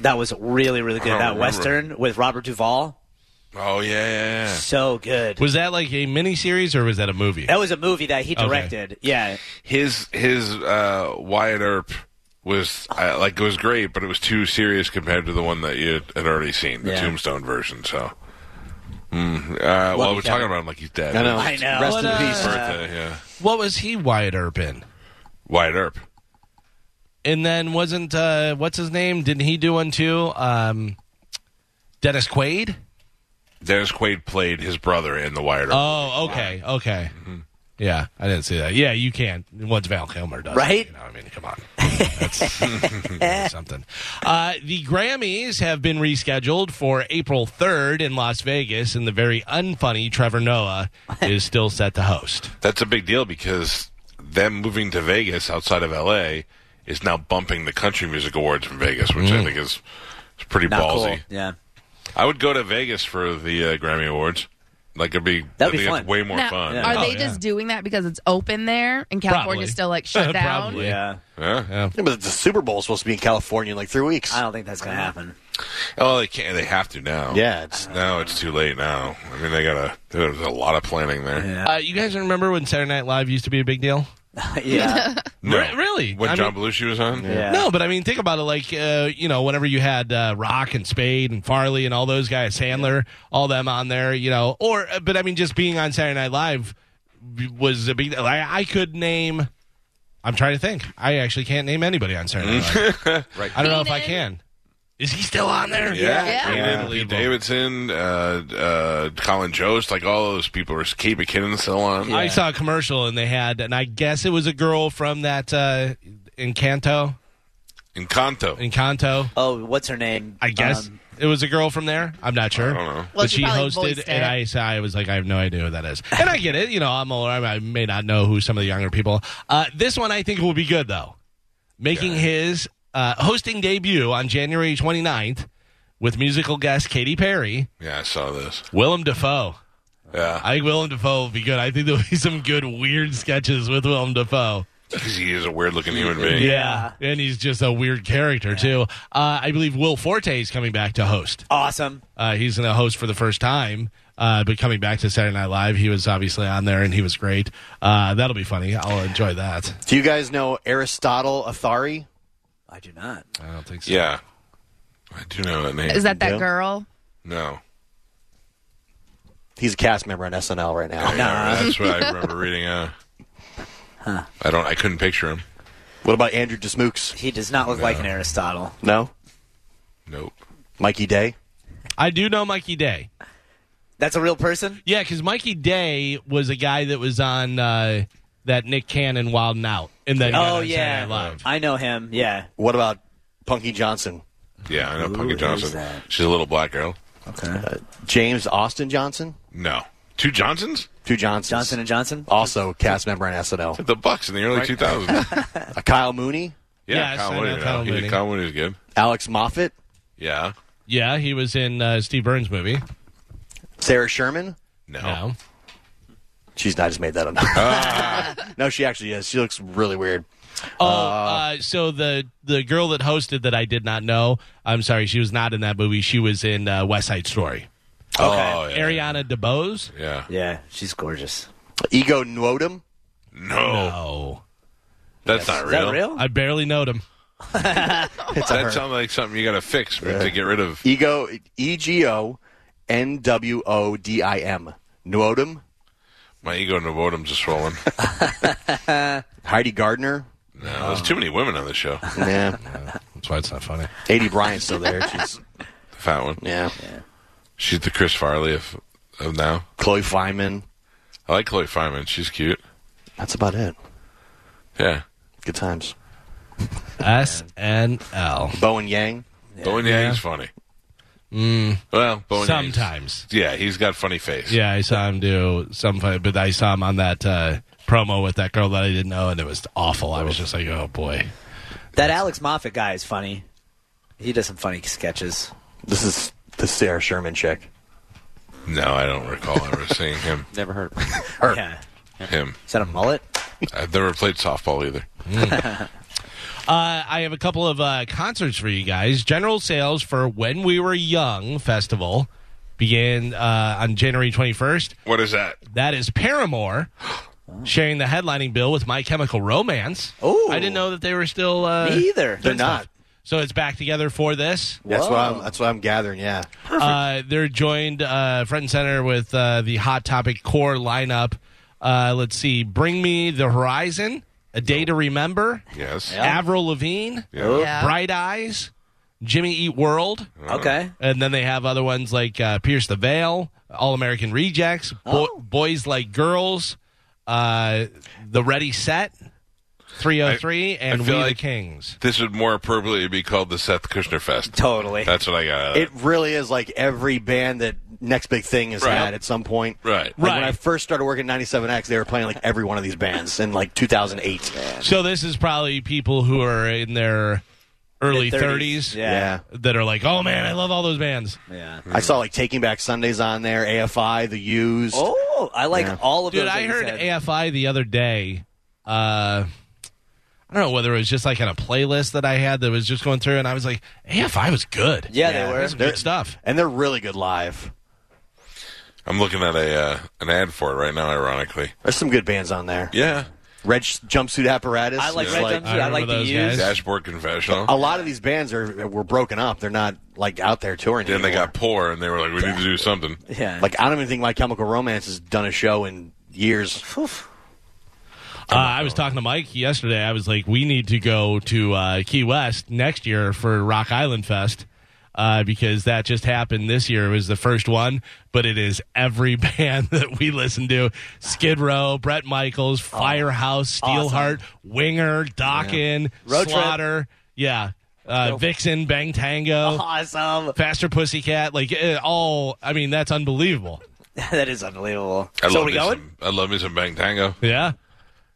S7: That was really, really good.
S2: I don't
S7: That
S2: remember.
S7: western with Robert Duvall,
S2: Oh yeah, yeah, yeah.
S7: so good.
S4: Was that like a miniseries or was that a movie?
S7: That was a movie that he
S4: Okay.
S7: directed. Yeah,
S2: His his uh, Wyatt Earp was uh, like it was great, but it was too serious compared to the one that you had already seen, the
S7: Yeah.
S2: Tombstone version. So, mm, uh, well,
S4: Well,
S2: we're
S4: Kevin.
S2: talking about him like he's dead.
S4: I know.
S2: It's
S4: I know.
S2: Rest
S4: What
S2: in
S4: a-
S2: peace.
S7: Uh,
S2: Birthday, yeah.
S4: What was he Wyatt Earp in?
S2: Wyatt Earp.
S4: And then wasn't uh, what's his name? Didn't he do one too? Um, Dennis Quaid.
S2: Dennis Quaid played his brother in the Wyatt Earp.
S7: Uh,
S4: Oh, okay, okay. Yeah, I didn't see that. Yeah, you can. Once Val Kilmer does, it,
S2: Right?
S4: You know, I mean, come on, that's that's *laughs* something. Uh, the Grammys have been rescheduled for April third in Las Vegas, and the very unfunny Trevor Noah is still set to host.
S2: That's a big deal because them moving to Vegas outside of L.A. is now bumping the Country Music Awards in Vegas, which I
S4: Mm.
S2: think is, is pretty
S7: Not cool.
S2: ballsy.
S7: Yeah.
S2: I would go to Vegas for the uh, Grammy Awards. Like it'd be,
S7: That'd
S2: I
S7: be
S2: think it's
S7: fun.
S2: way more
S9: Now,
S2: fun. Oh,
S9: Are they just doing that because it's open there and California's still
S2: *laughs*
S9: like shut down?
S8: Yeah.
S2: yeah.
S8: But the Super Bowl is supposed to be in California in like three weeks. I
S7: don't think that's going to happen. *laughs*
S2: Oh, they can't. They have to now.
S8: Yeah, it's
S2: now it's too late now. I mean, they gotta. There's a lot of planning there.
S4: Uh, you guys remember when Saturday Night Live used to be a big deal?
S7: yeah.
S2: No.
S4: Re- really?
S2: When
S4: I
S2: John Belushi was on.
S4: No, but I mean, think about it. Like, uh, you know, whenever you had uh, Rock and Spade and Farley and all those guys, Sandler, all them on there, you know, or, uh, but I mean, just being on Saturday Night Live was a big, I, I could name, I'm trying to think. I actually can't name anybody on Saturday Night Live.
S2: right.
S4: I don't know if I can. Is he still on there?
S2: Yeah,
S4: Yeah.
S2: Brandon Lee Davidson, uh, uh, Colin Jost, like all those people, or Kate McKinnon still on?
S4: I saw a commercial and they had, and I guess it was a girl from that uh, Encanto.
S2: Encanto.
S4: Encanto.
S7: Oh, what's her name?
S4: I guess
S7: Um,
S4: it was a girl from there. I'm not sure.
S7: Well,
S4: but
S7: she
S4: she
S7: probably
S4: hosted,
S7: voiced it.
S4: and I, so I was like, I have no idea what that is. And I get it. You know, I'm older. I I may not know who some of the younger people. Uh, this one I think will be good though. Making his uh, hosting debut on January 29th with musical guest Katy Perry,
S2: Yeah, I saw this.
S4: Willem Dafoe.
S2: Yeah,
S4: I think Willem Dafoe will be good. I think there'll be some good weird sketches with Willem Dafoe.
S2: because he is a weird-looking human being.
S4: Yeah. and he's just a weird character too. Uh, I believe Will Forte is coming back to host.
S7: Awesome.
S4: Uh, he's going to host for the first time, uh, but coming back to Saturday Night Live, he was obviously on there and he was great. Uh, that'll be funny. I'll enjoy that.
S8: Do you guys know Aristotle Athari?
S7: I do not.
S4: I don't think so.
S2: Yeah, I do know that name.
S9: Is that that
S8: Yeah.
S9: girl?
S2: No,
S8: He's a cast member on SNL right now.
S2: Yeah, that's what I remember reading. Uh, I don't. I couldn't picture him.
S8: What about Andrew Desmooks?
S7: He does not look like an Aristotle.
S8: No.
S2: Nope.
S8: Mikey Day.
S4: I do know Mikey Day.
S7: That's a real person?
S4: Yeah, because Mikey Day was a guy that was on uh, that Nick Cannon Wild and Out, and then got
S7: oh,
S4: on
S7: yeah.
S4: Saturday Night Live.
S7: I know him. Yeah.
S8: What about Punky Johnson?
S2: Yeah, I know
S7: Who
S2: Punky
S7: is
S2: Johnson.
S7: that?
S2: She's a little black girl.
S7: Okay.
S8: Uh, James Austin Johnson?
S2: No, two Johnsons.
S8: Two Johnsons.
S7: Johnson and Johnson.
S8: Also cast member on SNL.
S2: The Bucks in the early
S8: Right.
S2: two
S4: *laughs*
S2: thousands.
S8: Uh, Kyle Mooney?
S2: Yeah,
S4: Yes,
S2: Kyle
S4: I know
S2: Mooney. you know.
S4: Kyle
S2: He-
S4: Mooney.
S2: Kyle Mooney's good.
S8: Alex Moffat?
S2: Yeah.
S4: Yeah, he was in uh, Steve Burns' movie.
S8: Sarah Sherman?
S2: No.
S4: No.
S8: She's not just made that up. *laughs* no, she actually is. She looks really weird.
S4: Oh, uh, so the the girl that hosted that I did not know. I'm sorry, she was not in that movie. She was in uh, West Side Story.
S2: Oh, yeah.
S4: Ariana DeBose.
S2: Yeah.
S7: Yeah. She's gorgeous.
S8: Ego Nwodum?
S2: No,
S4: Oh. No.
S2: that's not
S7: Is
S2: real.
S7: that real?
S4: I barely knowed him.
S8: It's a
S2: That
S8: her.
S2: sounds like something you got to fix to get rid of.
S8: Ego E G O N W O D I M. Nwodum?
S2: My ego and the bottoms are swollen.
S8: Heidi Gardner?
S2: No, there's too many women on the show. The
S8: Yeah.
S4: That's why it's not funny.
S8: AD Bryant's still there. She's
S2: fat one.
S8: yeah.
S2: She's the Chris Farley of, of now.
S8: Chloe Feynman.
S2: I like Chloe Feynman. She's cute.
S8: That's about it.
S2: Yeah.
S8: Good times.
S4: SNL.
S8: Bowen Yang.
S2: Bowen Yang's funny. Mm. Well, Bowen Yang's-
S4: Sometimes.
S2: Yeah, he's got funny face.
S4: Yeah, I saw him do some, fun- but I saw him on that uh, promo with that girl that I didn't know, and it was awful. I was just like, oh boy.
S7: That Alex Moffat guy is funny. He does some funny sketches.
S8: This is the Sarah Sherman chick.
S2: No, I don't recall ever seeing him.
S6: Never heard.
S7: Yeah.
S2: Him.
S7: Is that a mullet?
S2: I've never played softball either.
S4: Uh, I have a couple of uh, concerts for you guys. General sales for When We Were Young Festival began uh, on January 21st.
S2: What is that?
S4: *gasps* That is Paramore, sharing the headlining bill with My Chemical Romance.
S11: Oh,
S4: I didn't know that they were still. Uh,
S11: Me either.
S4: doing
S8: They're not.
S4: stuff. So it's back together for this.
S8: That's what I'm. That's what I'm gathering. Yeah.
S4: Uh, they're joined uh, front and center with uh, the Hot Topic core lineup. Uh, let's see, Bring Me the Horizon, A Day to Remember,
S2: Yes.
S4: Avril Lavigne,
S2: Yeah.
S9: Yeah.
S4: Bright Eyes, Jimmy Eat World,
S11: Okay.
S4: and then they have other ones like uh, Pierce the Veil, All American Rejects, Bo-
S2: Oh.
S4: Boys Like Girls, uh, The Ready Set, 303, and We
S2: feel
S4: the
S2: like-
S4: Kings.
S2: This would more appropriately be called the Seth Kushner Fest.
S11: Totally.
S2: That's what I got. Out of
S8: It really is like every band that next big thing has
S2: Right.
S8: had at some point.
S2: that. Right.
S8: Like
S4: Right.
S8: When I first started working at 97X, they were playing like every one of these bands in like 2008.
S4: So this is probably people who are in their early
S11: 30s,
S4: 30s.
S8: Yeah.
S4: that are like, oh man, I love all those bands.
S11: Yeah.
S8: I saw like Taking Back Sundays on there, AFI, The Used.
S11: Oh, I like
S8: Yeah.
S11: all of
S4: Dude,
S11: those that
S4: I
S11: you
S4: heard
S11: said.
S4: AFI the other day. Uh, I don't know whether it was just like on a playlist that I had that was just going through, and I was like, AFI was good.
S11: Yeah, they were.
S4: That's some
S8: They're-
S4: good stuff.
S8: And they're really good live.
S2: I'm looking at a uh, an ad for it right now. Ironically.
S8: There's some good bands on there.
S2: Yeah.
S8: Red sh- Jumpsuit Apparatus.
S11: I like
S8: is,
S11: Red
S8: like-
S11: Jumpsuit. I,
S4: I
S11: like
S4: remember
S11: the
S4: those
S11: used.
S4: guys.
S2: Dashboard Confessional.
S8: a lot of these bands are were broken up. They're not like out there touring.
S2: Then they
S8: anymore.
S2: got poor, and they were like, "We need to do something."
S11: Yeah.
S4: *laughs*
S8: Like I don't even think My Chemical Romance has done a show in years.
S4: Uh, I was talking to Mike yesterday. I was like, we need to go to uh, Key West next year for Rock Island Fest. Uh, because that just happened this year. It was the first one, but it is every *laughs* band that we listen to Skid Row, Brett Michaels,
S11: Oh,
S4: Firehouse, Steelheart, Winger, Dokken,
S11: Road Trip.
S4: Slaughter. Yeah. Uh, Vixen, Bang Tango,
S11: Uh-huh. Awesome.
S4: Faster Pussycat. Like, eh, all, I mean, that's unbelievable.
S11: *laughs* that is unbelievable.
S2: I
S11: so
S2: love
S11: we
S2: me
S11: going?
S2: Some, I love me some Bang Tango.
S4: Yeah.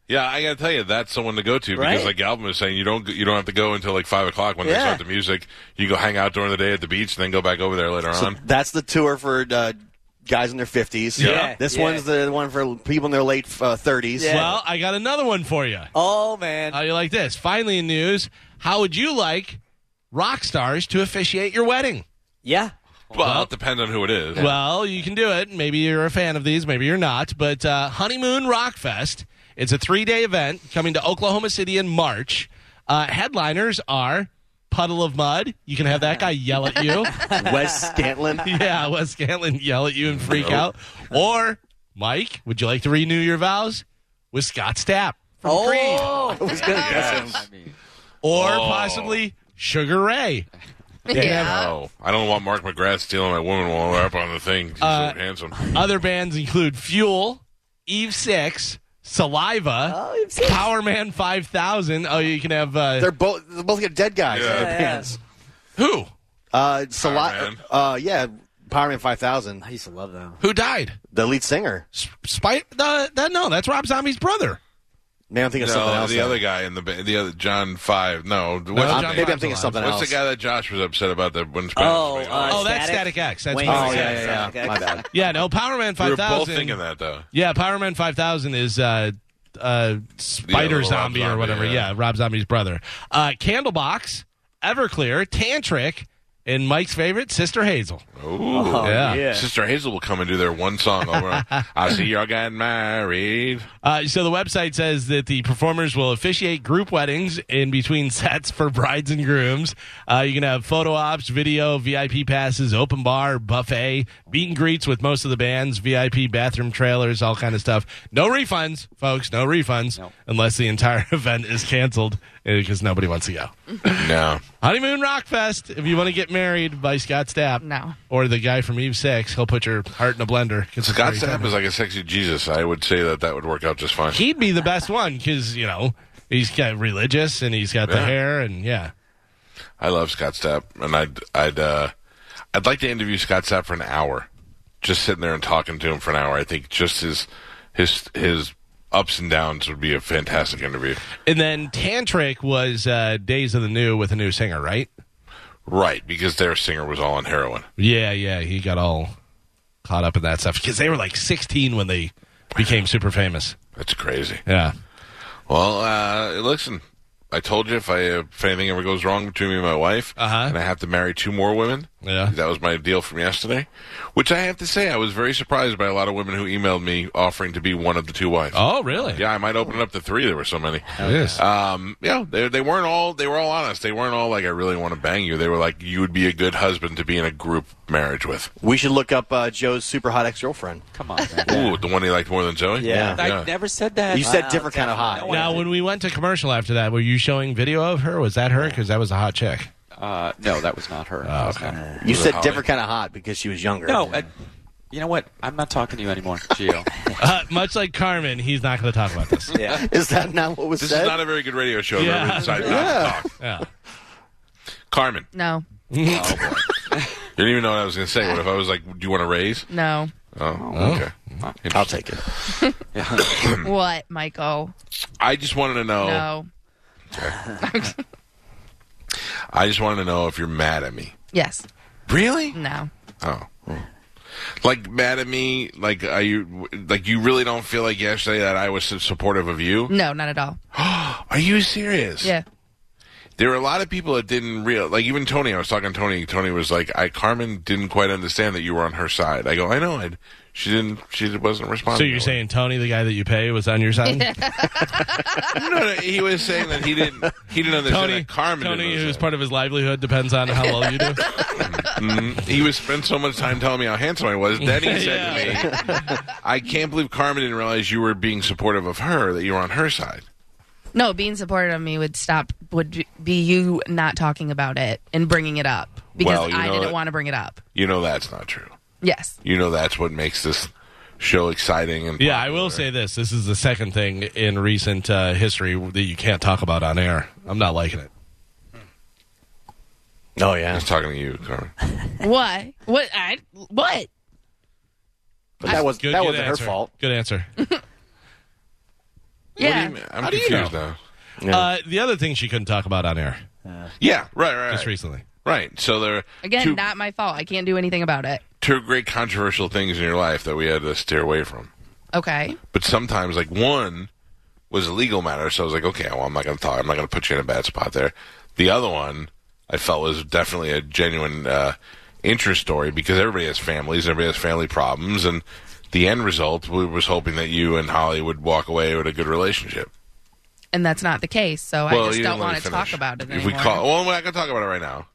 S2: Yeah, I gotta tell you, that's someone to go to because,
S11: Right?
S2: like Galvin was saying, you don't you don't have to go until like five o'clock when they
S11: Yeah.
S2: start the music. You go hang out during the day at the beach, and then go back over there later
S8: So
S2: on.
S8: that's the tour for uh, guys in their fifties.
S11: Yeah.
S8: This
S11: Yeah.
S8: one's the one for people in their late uh, thirties.
S11: Yeah.
S4: Well, I got another one for you.
S11: Oh man.
S4: How do you like this? Finally, in news, how would you like rock stars to officiate your wedding?
S11: yeah.
S2: Well, it depends on who it is.
S4: Well, you can do it. Maybe you're a fan of these, maybe you're not. But uh, Honeymoon Rock Fest, it's a three day event coming to Oklahoma City in March. Uh, headliners are Puddle of Mud. You can have that guy yell at you. *laughs*
S8: Wes Scantlin.
S4: yeah, Wes Scantlin yell at you and freak out. Or, Mike, would you like to renew your vows with Scott Stapp? From
S11: Oh.
S4: Creed.
S8: I was gonna guess him.
S4: Or
S2: Oh.
S4: possibly Sugar Ray.
S9: Yeah.
S2: Oh, I don't want Mark McGrath stealing my woman while we're up on the thing. He's
S4: Uh,
S2: so handsome.
S4: Other bands include Fuel, Eve Six, Saliva, Power Man Five Thousand. Oh, you can have uh,
S8: They're both they're both got dead guys.
S2: Yeah.
S8: in their
S11: Yeah.
S8: bands.
S4: who?
S8: Uh, it's a lot-
S2: Power Man.
S8: uh, yeah, Power Man Five Thousand.
S11: I used to love them.
S4: Who died?
S8: The lead singer.
S4: Spite? Uh, that no, that's Rob Zombie's brother.
S8: Man, I'm thinking of something
S2: No,
S8: else.
S2: the
S8: now.
S2: other guy in the ba- the other John Five. No, what's,
S4: John
S2: the, name?
S8: I'm, maybe I'm
S4: Five's
S8: thinking of
S4: alive.
S8: something
S2: what's the
S8: else.
S2: guy that Josh was upset about that when Spanish?
S11: Oh,
S2: was-
S11: uh,
S4: Oh, that's
S11: Static?
S4: Static X. That's
S11: Wayne
S4: Mike.
S8: Oh
S11: Static
S8: yeah, yeah,
S11: X.
S8: yeah. My bad.
S4: yeah. No, Power Man
S2: we
S4: Five
S2: were both
S4: Thousand.
S2: thinking that though.
S4: Yeah, Power Man Five Thousand is. Uh, uh,
S2: little
S4: Spider
S2: Rob
S4: Zombie or
S2: Zombie,
S4: whatever.
S2: yeah.
S4: Yeah. Rob Zombie's brother. Uh, Candlebox, Everclear, Tantric, and Mike's favorite, Sister Hazel.
S2: Ooh.
S11: Oh,
S4: Yeah.
S2: Sister Hazel will come and do their one song over. I see y'all got married.
S4: Uh, so the website says that the performers will officiate group weddings in between *laughs* sets for brides and grooms. Uh, you can have photo ops, video, VIP passes, open bar, buffet, meet and greets with most of the bands, VIP bathroom trailers, all kind of stuff. No refunds, folks. No refunds unless the entire *laughs* event is canceled because nobody wants to go.
S2: No.
S4: Honeymoon Rock Fest. If you want to get married by Scott Stapp,
S9: No.
S4: or the guy from Eve Six, he'll put your heart in a blender.
S2: Scott Stapp is like a sexy Jesus. I would say that that would work out just fine.
S4: he'd be the best one because you know he's got religious and he's got the
S2: Yeah.
S4: hair and yeah.
S2: I love Scott Stapp, and I'd I'd uh, I'd like to interview Scott Stapp for an hour, just sitting there and talking to him for an hour. I think just his his his ups and downs would be a fantastic interview.
S4: And then Tantric was uh, Days of the New with a new singer, right?
S2: Right, because their singer was all on heroin.
S4: Yeah, yeah. He got all caught up in that stuff because they were like 16 when they became super famous.
S2: That's crazy.
S4: Yeah.
S2: Well, uh, listen, I told you if I if anything ever goes wrong between me and my wife,
S4: Uh-huh.
S2: and I have to marry two more women,
S4: Yeah.
S2: That was my deal from yesterday, which I have to say I was very surprised by a lot of women who emailed me offering to be one of the two wives.
S4: Oh, really?
S2: Yeah, I might open it up to three. There were so many.
S5: Yes.
S2: Um, yeah, they, they weren't all they were all honest. They weren't all like I really want to bang you. They were like you would be a good husband to be in a group marriage with.
S8: We should look up uh, Joe's super hot ex girlfriend.
S6: Come on. man.
S2: Ooh, the one he liked more than Joey.
S8: Yeah.
S6: I never said that.
S8: You said different kind of hot.
S4: Now, when we went to commercial after that, were you showing video of her? Was that her? Because that was a hot chick.
S6: Uh, no, that was not her. That was not her.
S8: You said different kind of hot because she was younger.
S6: No, uh, you know what? I'm not talking to you anymore, Gio.
S4: Uh, much like Carmen, he's not going to talk about this.
S8: Yeah. *laughs* Is that not what was
S2: This
S8: said?
S2: is not a very good radio show.
S4: *laughs* Yeah.
S2: Yeah. Decided not to talk.
S4: Yeah.
S2: Carmen,
S9: No,
S2: you didn't even know what I was going to say. What if I was like, "Do you want to raise?" *clears throat*
S9: no.
S2: Oh, okay.
S8: I'll take it.
S9: what, Michael?
S2: I just wanted to know.
S9: No.
S2: I just wanted to know if you're mad at me.
S9: Yes.
S2: Really?
S9: No.
S2: Oh. Like mad at me? Like are you? Like you really don't feel like yesterday that I was supportive of you?
S9: No, not at all.
S2: Are you serious?
S9: Mm. Yeah.
S2: There were a lot of people that didn't real like even Tony. I was talking to Tony. Tony was like, "I Carmen didn't quite understand that you were on her side." I go, "I know it." She didn't. She wasn't responding.
S4: So you're
S2: that way."
S4: saying Tony, the guy that you pay, was on your side?
S2: No, no, he was saying that he didn't. He
S4: *laughs*
S2: didn't understand
S4: Tony,
S2: that Carmen.
S4: Tony,
S2: didn't
S4: who's
S2: understand.
S4: part of his livelihood, depends on how well you *laughs* do.
S2: Mhm. He was spent so much time telling me how handsome I was. Then he said to me, "I can't believe Carmen didn't realize you were being supportive of her. That you were on her side."
S9: No, being supportive of me would stop would be you not talking about it and bringing it up because
S2: Well, you
S9: I
S2: know
S9: didn't
S2: what?
S9: want to bring it up.
S2: You know that's not true.
S9: Yes.
S2: You know that's what makes this show exciting and
S4: Yeah, I will say this. This is the second thing in recent uh, history that you can't talk about on air. I'm not liking it.
S8: Oh,
S2: I
S8: yeah.
S2: was talking to you, Carmen.
S9: What? What? I what?
S8: But that, was,
S4: Good,
S8: that
S4: good
S8: wasn't
S4: answer.
S8: her fault.
S4: Good *laughs* answer.
S9: Yeah.
S2: What do you mean? I'm
S4: How do you
S2: confused
S4: know?
S2: now.
S4: uh, the other thing she couldn't talk about on air
S2: Yeah, right, right,
S4: just
S2: right.
S4: recently.
S2: Right. So there are
S9: Again,
S2: two,
S9: not my fault. I can't do anything about it.
S2: two great controversial things in your life that we had to steer away from.
S9: Okay.
S2: but sometimes like one was a legal matter, so I was like, okay, well, I'm not going to talk. I'm not going to put you in a bad spot there. The other one I felt was definitely a genuine uh, interest story because everybody has families, everybody has family problems, and the end result we was hoping that you and Holly would walk away with a good relationship.
S9: And that's not the case, so I just
S2: you
S9: don't
S2: didn't let
S9: want
S2: me
S9: to
S2: finish.
S9: talk about
S2: If
S9: it anymore.
S2: we call, well, we're not going to talk about it right now.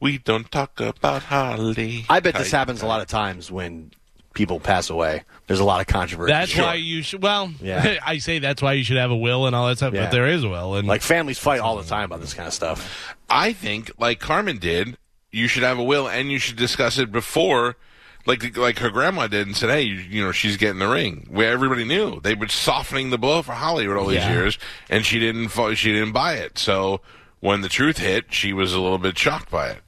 S2: We don't talk about Holly.
S8: I bet this happens a lot of times when people pass away. There's a lot of controversy.
S4: That's why you should. Well,
S8: Yeah.
S4: *laughs* I say that's why you should have a will and all that stuff.
S8: Yeah.
S4: But there is a will, and
S8: Like families fight all the time about this kind of stuff.
S2: I think, like Carmen did, you should have a will and you should discuss it before, like like her grandma did, and said, "Hey, you, you know, she's getting the ring." Where everybody knew they've been softening the blow for Hollywood all these years, and she didn't fo- she didn't buy it. So when the truth hit, she was a little bit shocked by it.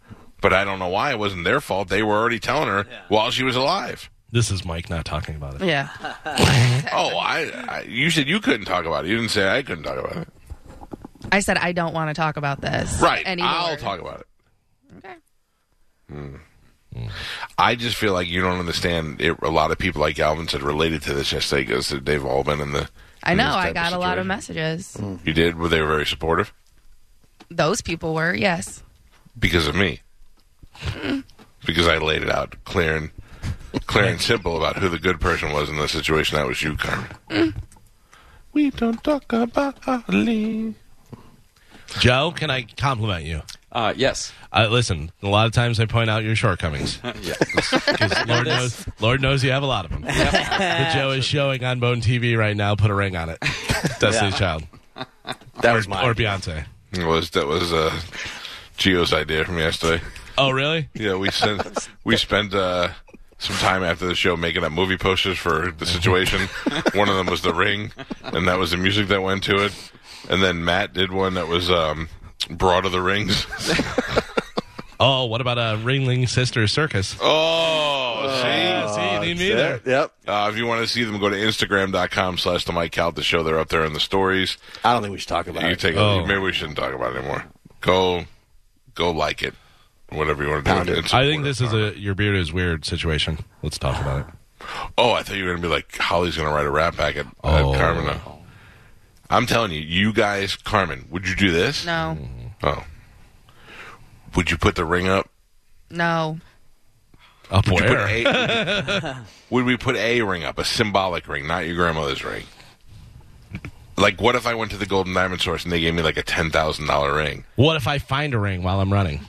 S2: But I don't know why it wasn't their fault. They were already telling her while she was alive.
S4: this is Mike not talking about it.
S9: yeah.
S2: Oh, I, I you said you couldn't talk about it. You didn't say I couldn't talk about it.
S9: I said I don't want to talk about this.
S2: Right.
S9: Anymore.
S2: I'll talk about it. Hmm.
S9: Okay.
S2: I just feel like you don't understand. It, a lot of people, like Alvin said, related to this yesterday because they've all been in the.
S9: I
S2: in
S9: know.
S2: this type
S9: I
S2: of
S9: got a lot
S2: situation. Mm.
S9: of messages.
S2: You did. Were they were very supportive
S9: Those people were yes.
S2: because of me?
S9: Hmm.
S2: because I laid it out clear and clear and simple about who the good person was in the situation. That was you, Carmen.
S9: Hmm.
S2: we don't talk about Holly.
S4: Joe, can I compliment you?
S6: Uh, yes.
S4: Uh, listen, a lot of times I point out your shortcomings.
S6: Yeah.
S4: 'Cause Lord knows, Lord knows you have a lot of them. *laughs* But Joe is showing on Bone TV right now. Put a ring on it, Destiny's Child
S8: That was mine.
S4: or Beyonce.
S2: It was that was uh, Geo's idea from yesterday.
S4: Oh, really?
S2: Yeah, we sent we spent uh, some time after the show making up movie posters for the situation. one of them was The Ring, and that was the music that went to it. And then Matt did one that was um, Broad of the Rings.
S4: Oh, what about a Ringling Sisters Circus?
S2: oh, see.
S4: see, you need me
S8: Yeah, Yep.
S2: Uh, if you want to see them, go to Instagram.com slash The Mike Calta Show. They're up there in the stories.
S8: I don't think we should talk about
S2: You
S8: it.
S2: take
S4: Oh.
S2: Maybe we shouldn't talk about it anymore. Go, go like it. Whatever you want to do.
S8: Pound it.
S2: It's
S4: I
S2: important.
S4: think this is a your beard is weird situation. Let's talk about it.
S2: Oh, I thought you were going to be like, Holly's going to write a rap back at,
S4: Oh.
S2: at Carmen. now. I'm telling you, you guys, Mm. Carmen, would you do this?
S9: No.
S2: Oh. Would you put the ring up?
S9: No.
S4: Up
S2: Would you put
S4: where?
S2: a- *laughs* would we put a ring up, a symbolic ring, not your grandmother's ring? Like, what if I went to the Golden Diamond Source and they gave me like a ten thousand dollar ring,
S4: What if I find a ring while I'm running?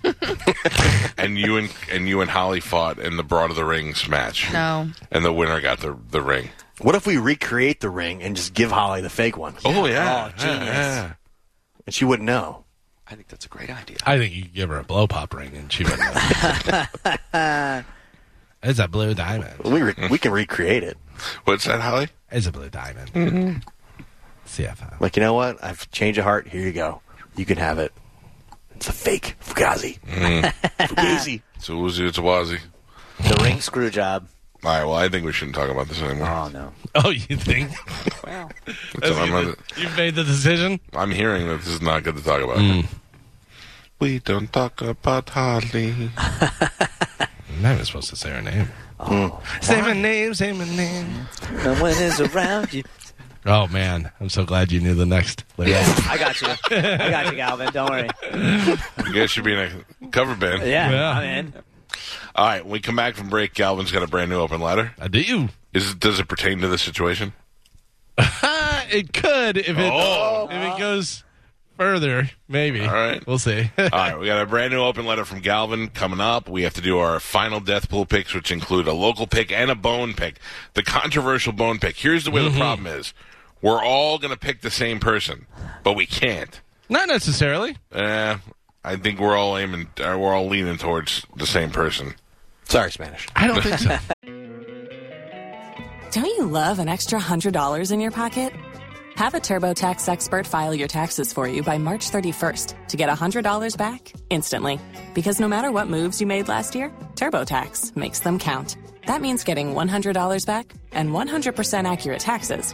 S2: and you and and you and Holly fought in the Broad of the Rings match,
S9: No.
S2: and the winner got the the ring?
S8: What if we recreate the ring and just give Holly the fake one?
S2: Oh yeah,
S8: Oh, genius. And she wouldn't know.
S6: I think that's a great idea.
S4: I think you could give her a blow pop ring and she would. it's a blue diamond.
S8: We re- we can recreate it.
S2: What's that, Holly?
S4: It's a blue diamond.
S2: Mm-hmm.
S4: CFI.
S8: Like you know what? I've changed of heart. Here you go. You can have it. It's a fake Fugazi. *laughs* Fugazi.
S2: It's a woozy, it's a wazi.
S7: The ring screw job.
S2: All right, well, I think we shouldn't talk about this anymore.
S7: Oh no.
S4: Oh, you think?
S6: Well,
S2: That's what I'm,
S4: You've made the decision?
S2: I'm hearing that this is not good to talk about. We don't talk about Holly.
S4: I'm not even supposed to say her name. Say my name, say my name.
S7: No one is around you.
S4: Oh, man. I'm so glad you knew the next lyric.
S7: I
S4: *laughs*
S7: got you. I got you, Galvin. Don't worry.
S2: You guys should be in a cover band.
S7: Yeah,
S4: Yeah.
S7: I'm in.
S2: All right, when we come back from break, Galvin's got a brand new open letter.
S4: I do. *laughs*
S2: Is does it pertain to the situation?
S4: it could if it, if it goes further, maybe.
S2: Oh. All right.
S4: We'll see. *laughs*
S2: All right, we got a brand new open letter from Galvin coming up. We have to do our final death pool picks, which include a local pick and a bone pick. The controversial bone pick. Here's the way the problem is: we're all going to pick the same person, but we can't.
S4: Not necessarily.
S2: Uh, I think we're all aiming, uh, we're all leaning towards the same person.
S8: Sorry, Spanish.
S4: I don't think so.
S12: Don't you love an extra $100 in your pocket? Have a TurboTax expert file your taxes for you by March 31st to get $100 back instantly. Because no matter what moves you made last year, TurboTax makes them count. That means getting $100 back and 100% accurate taxes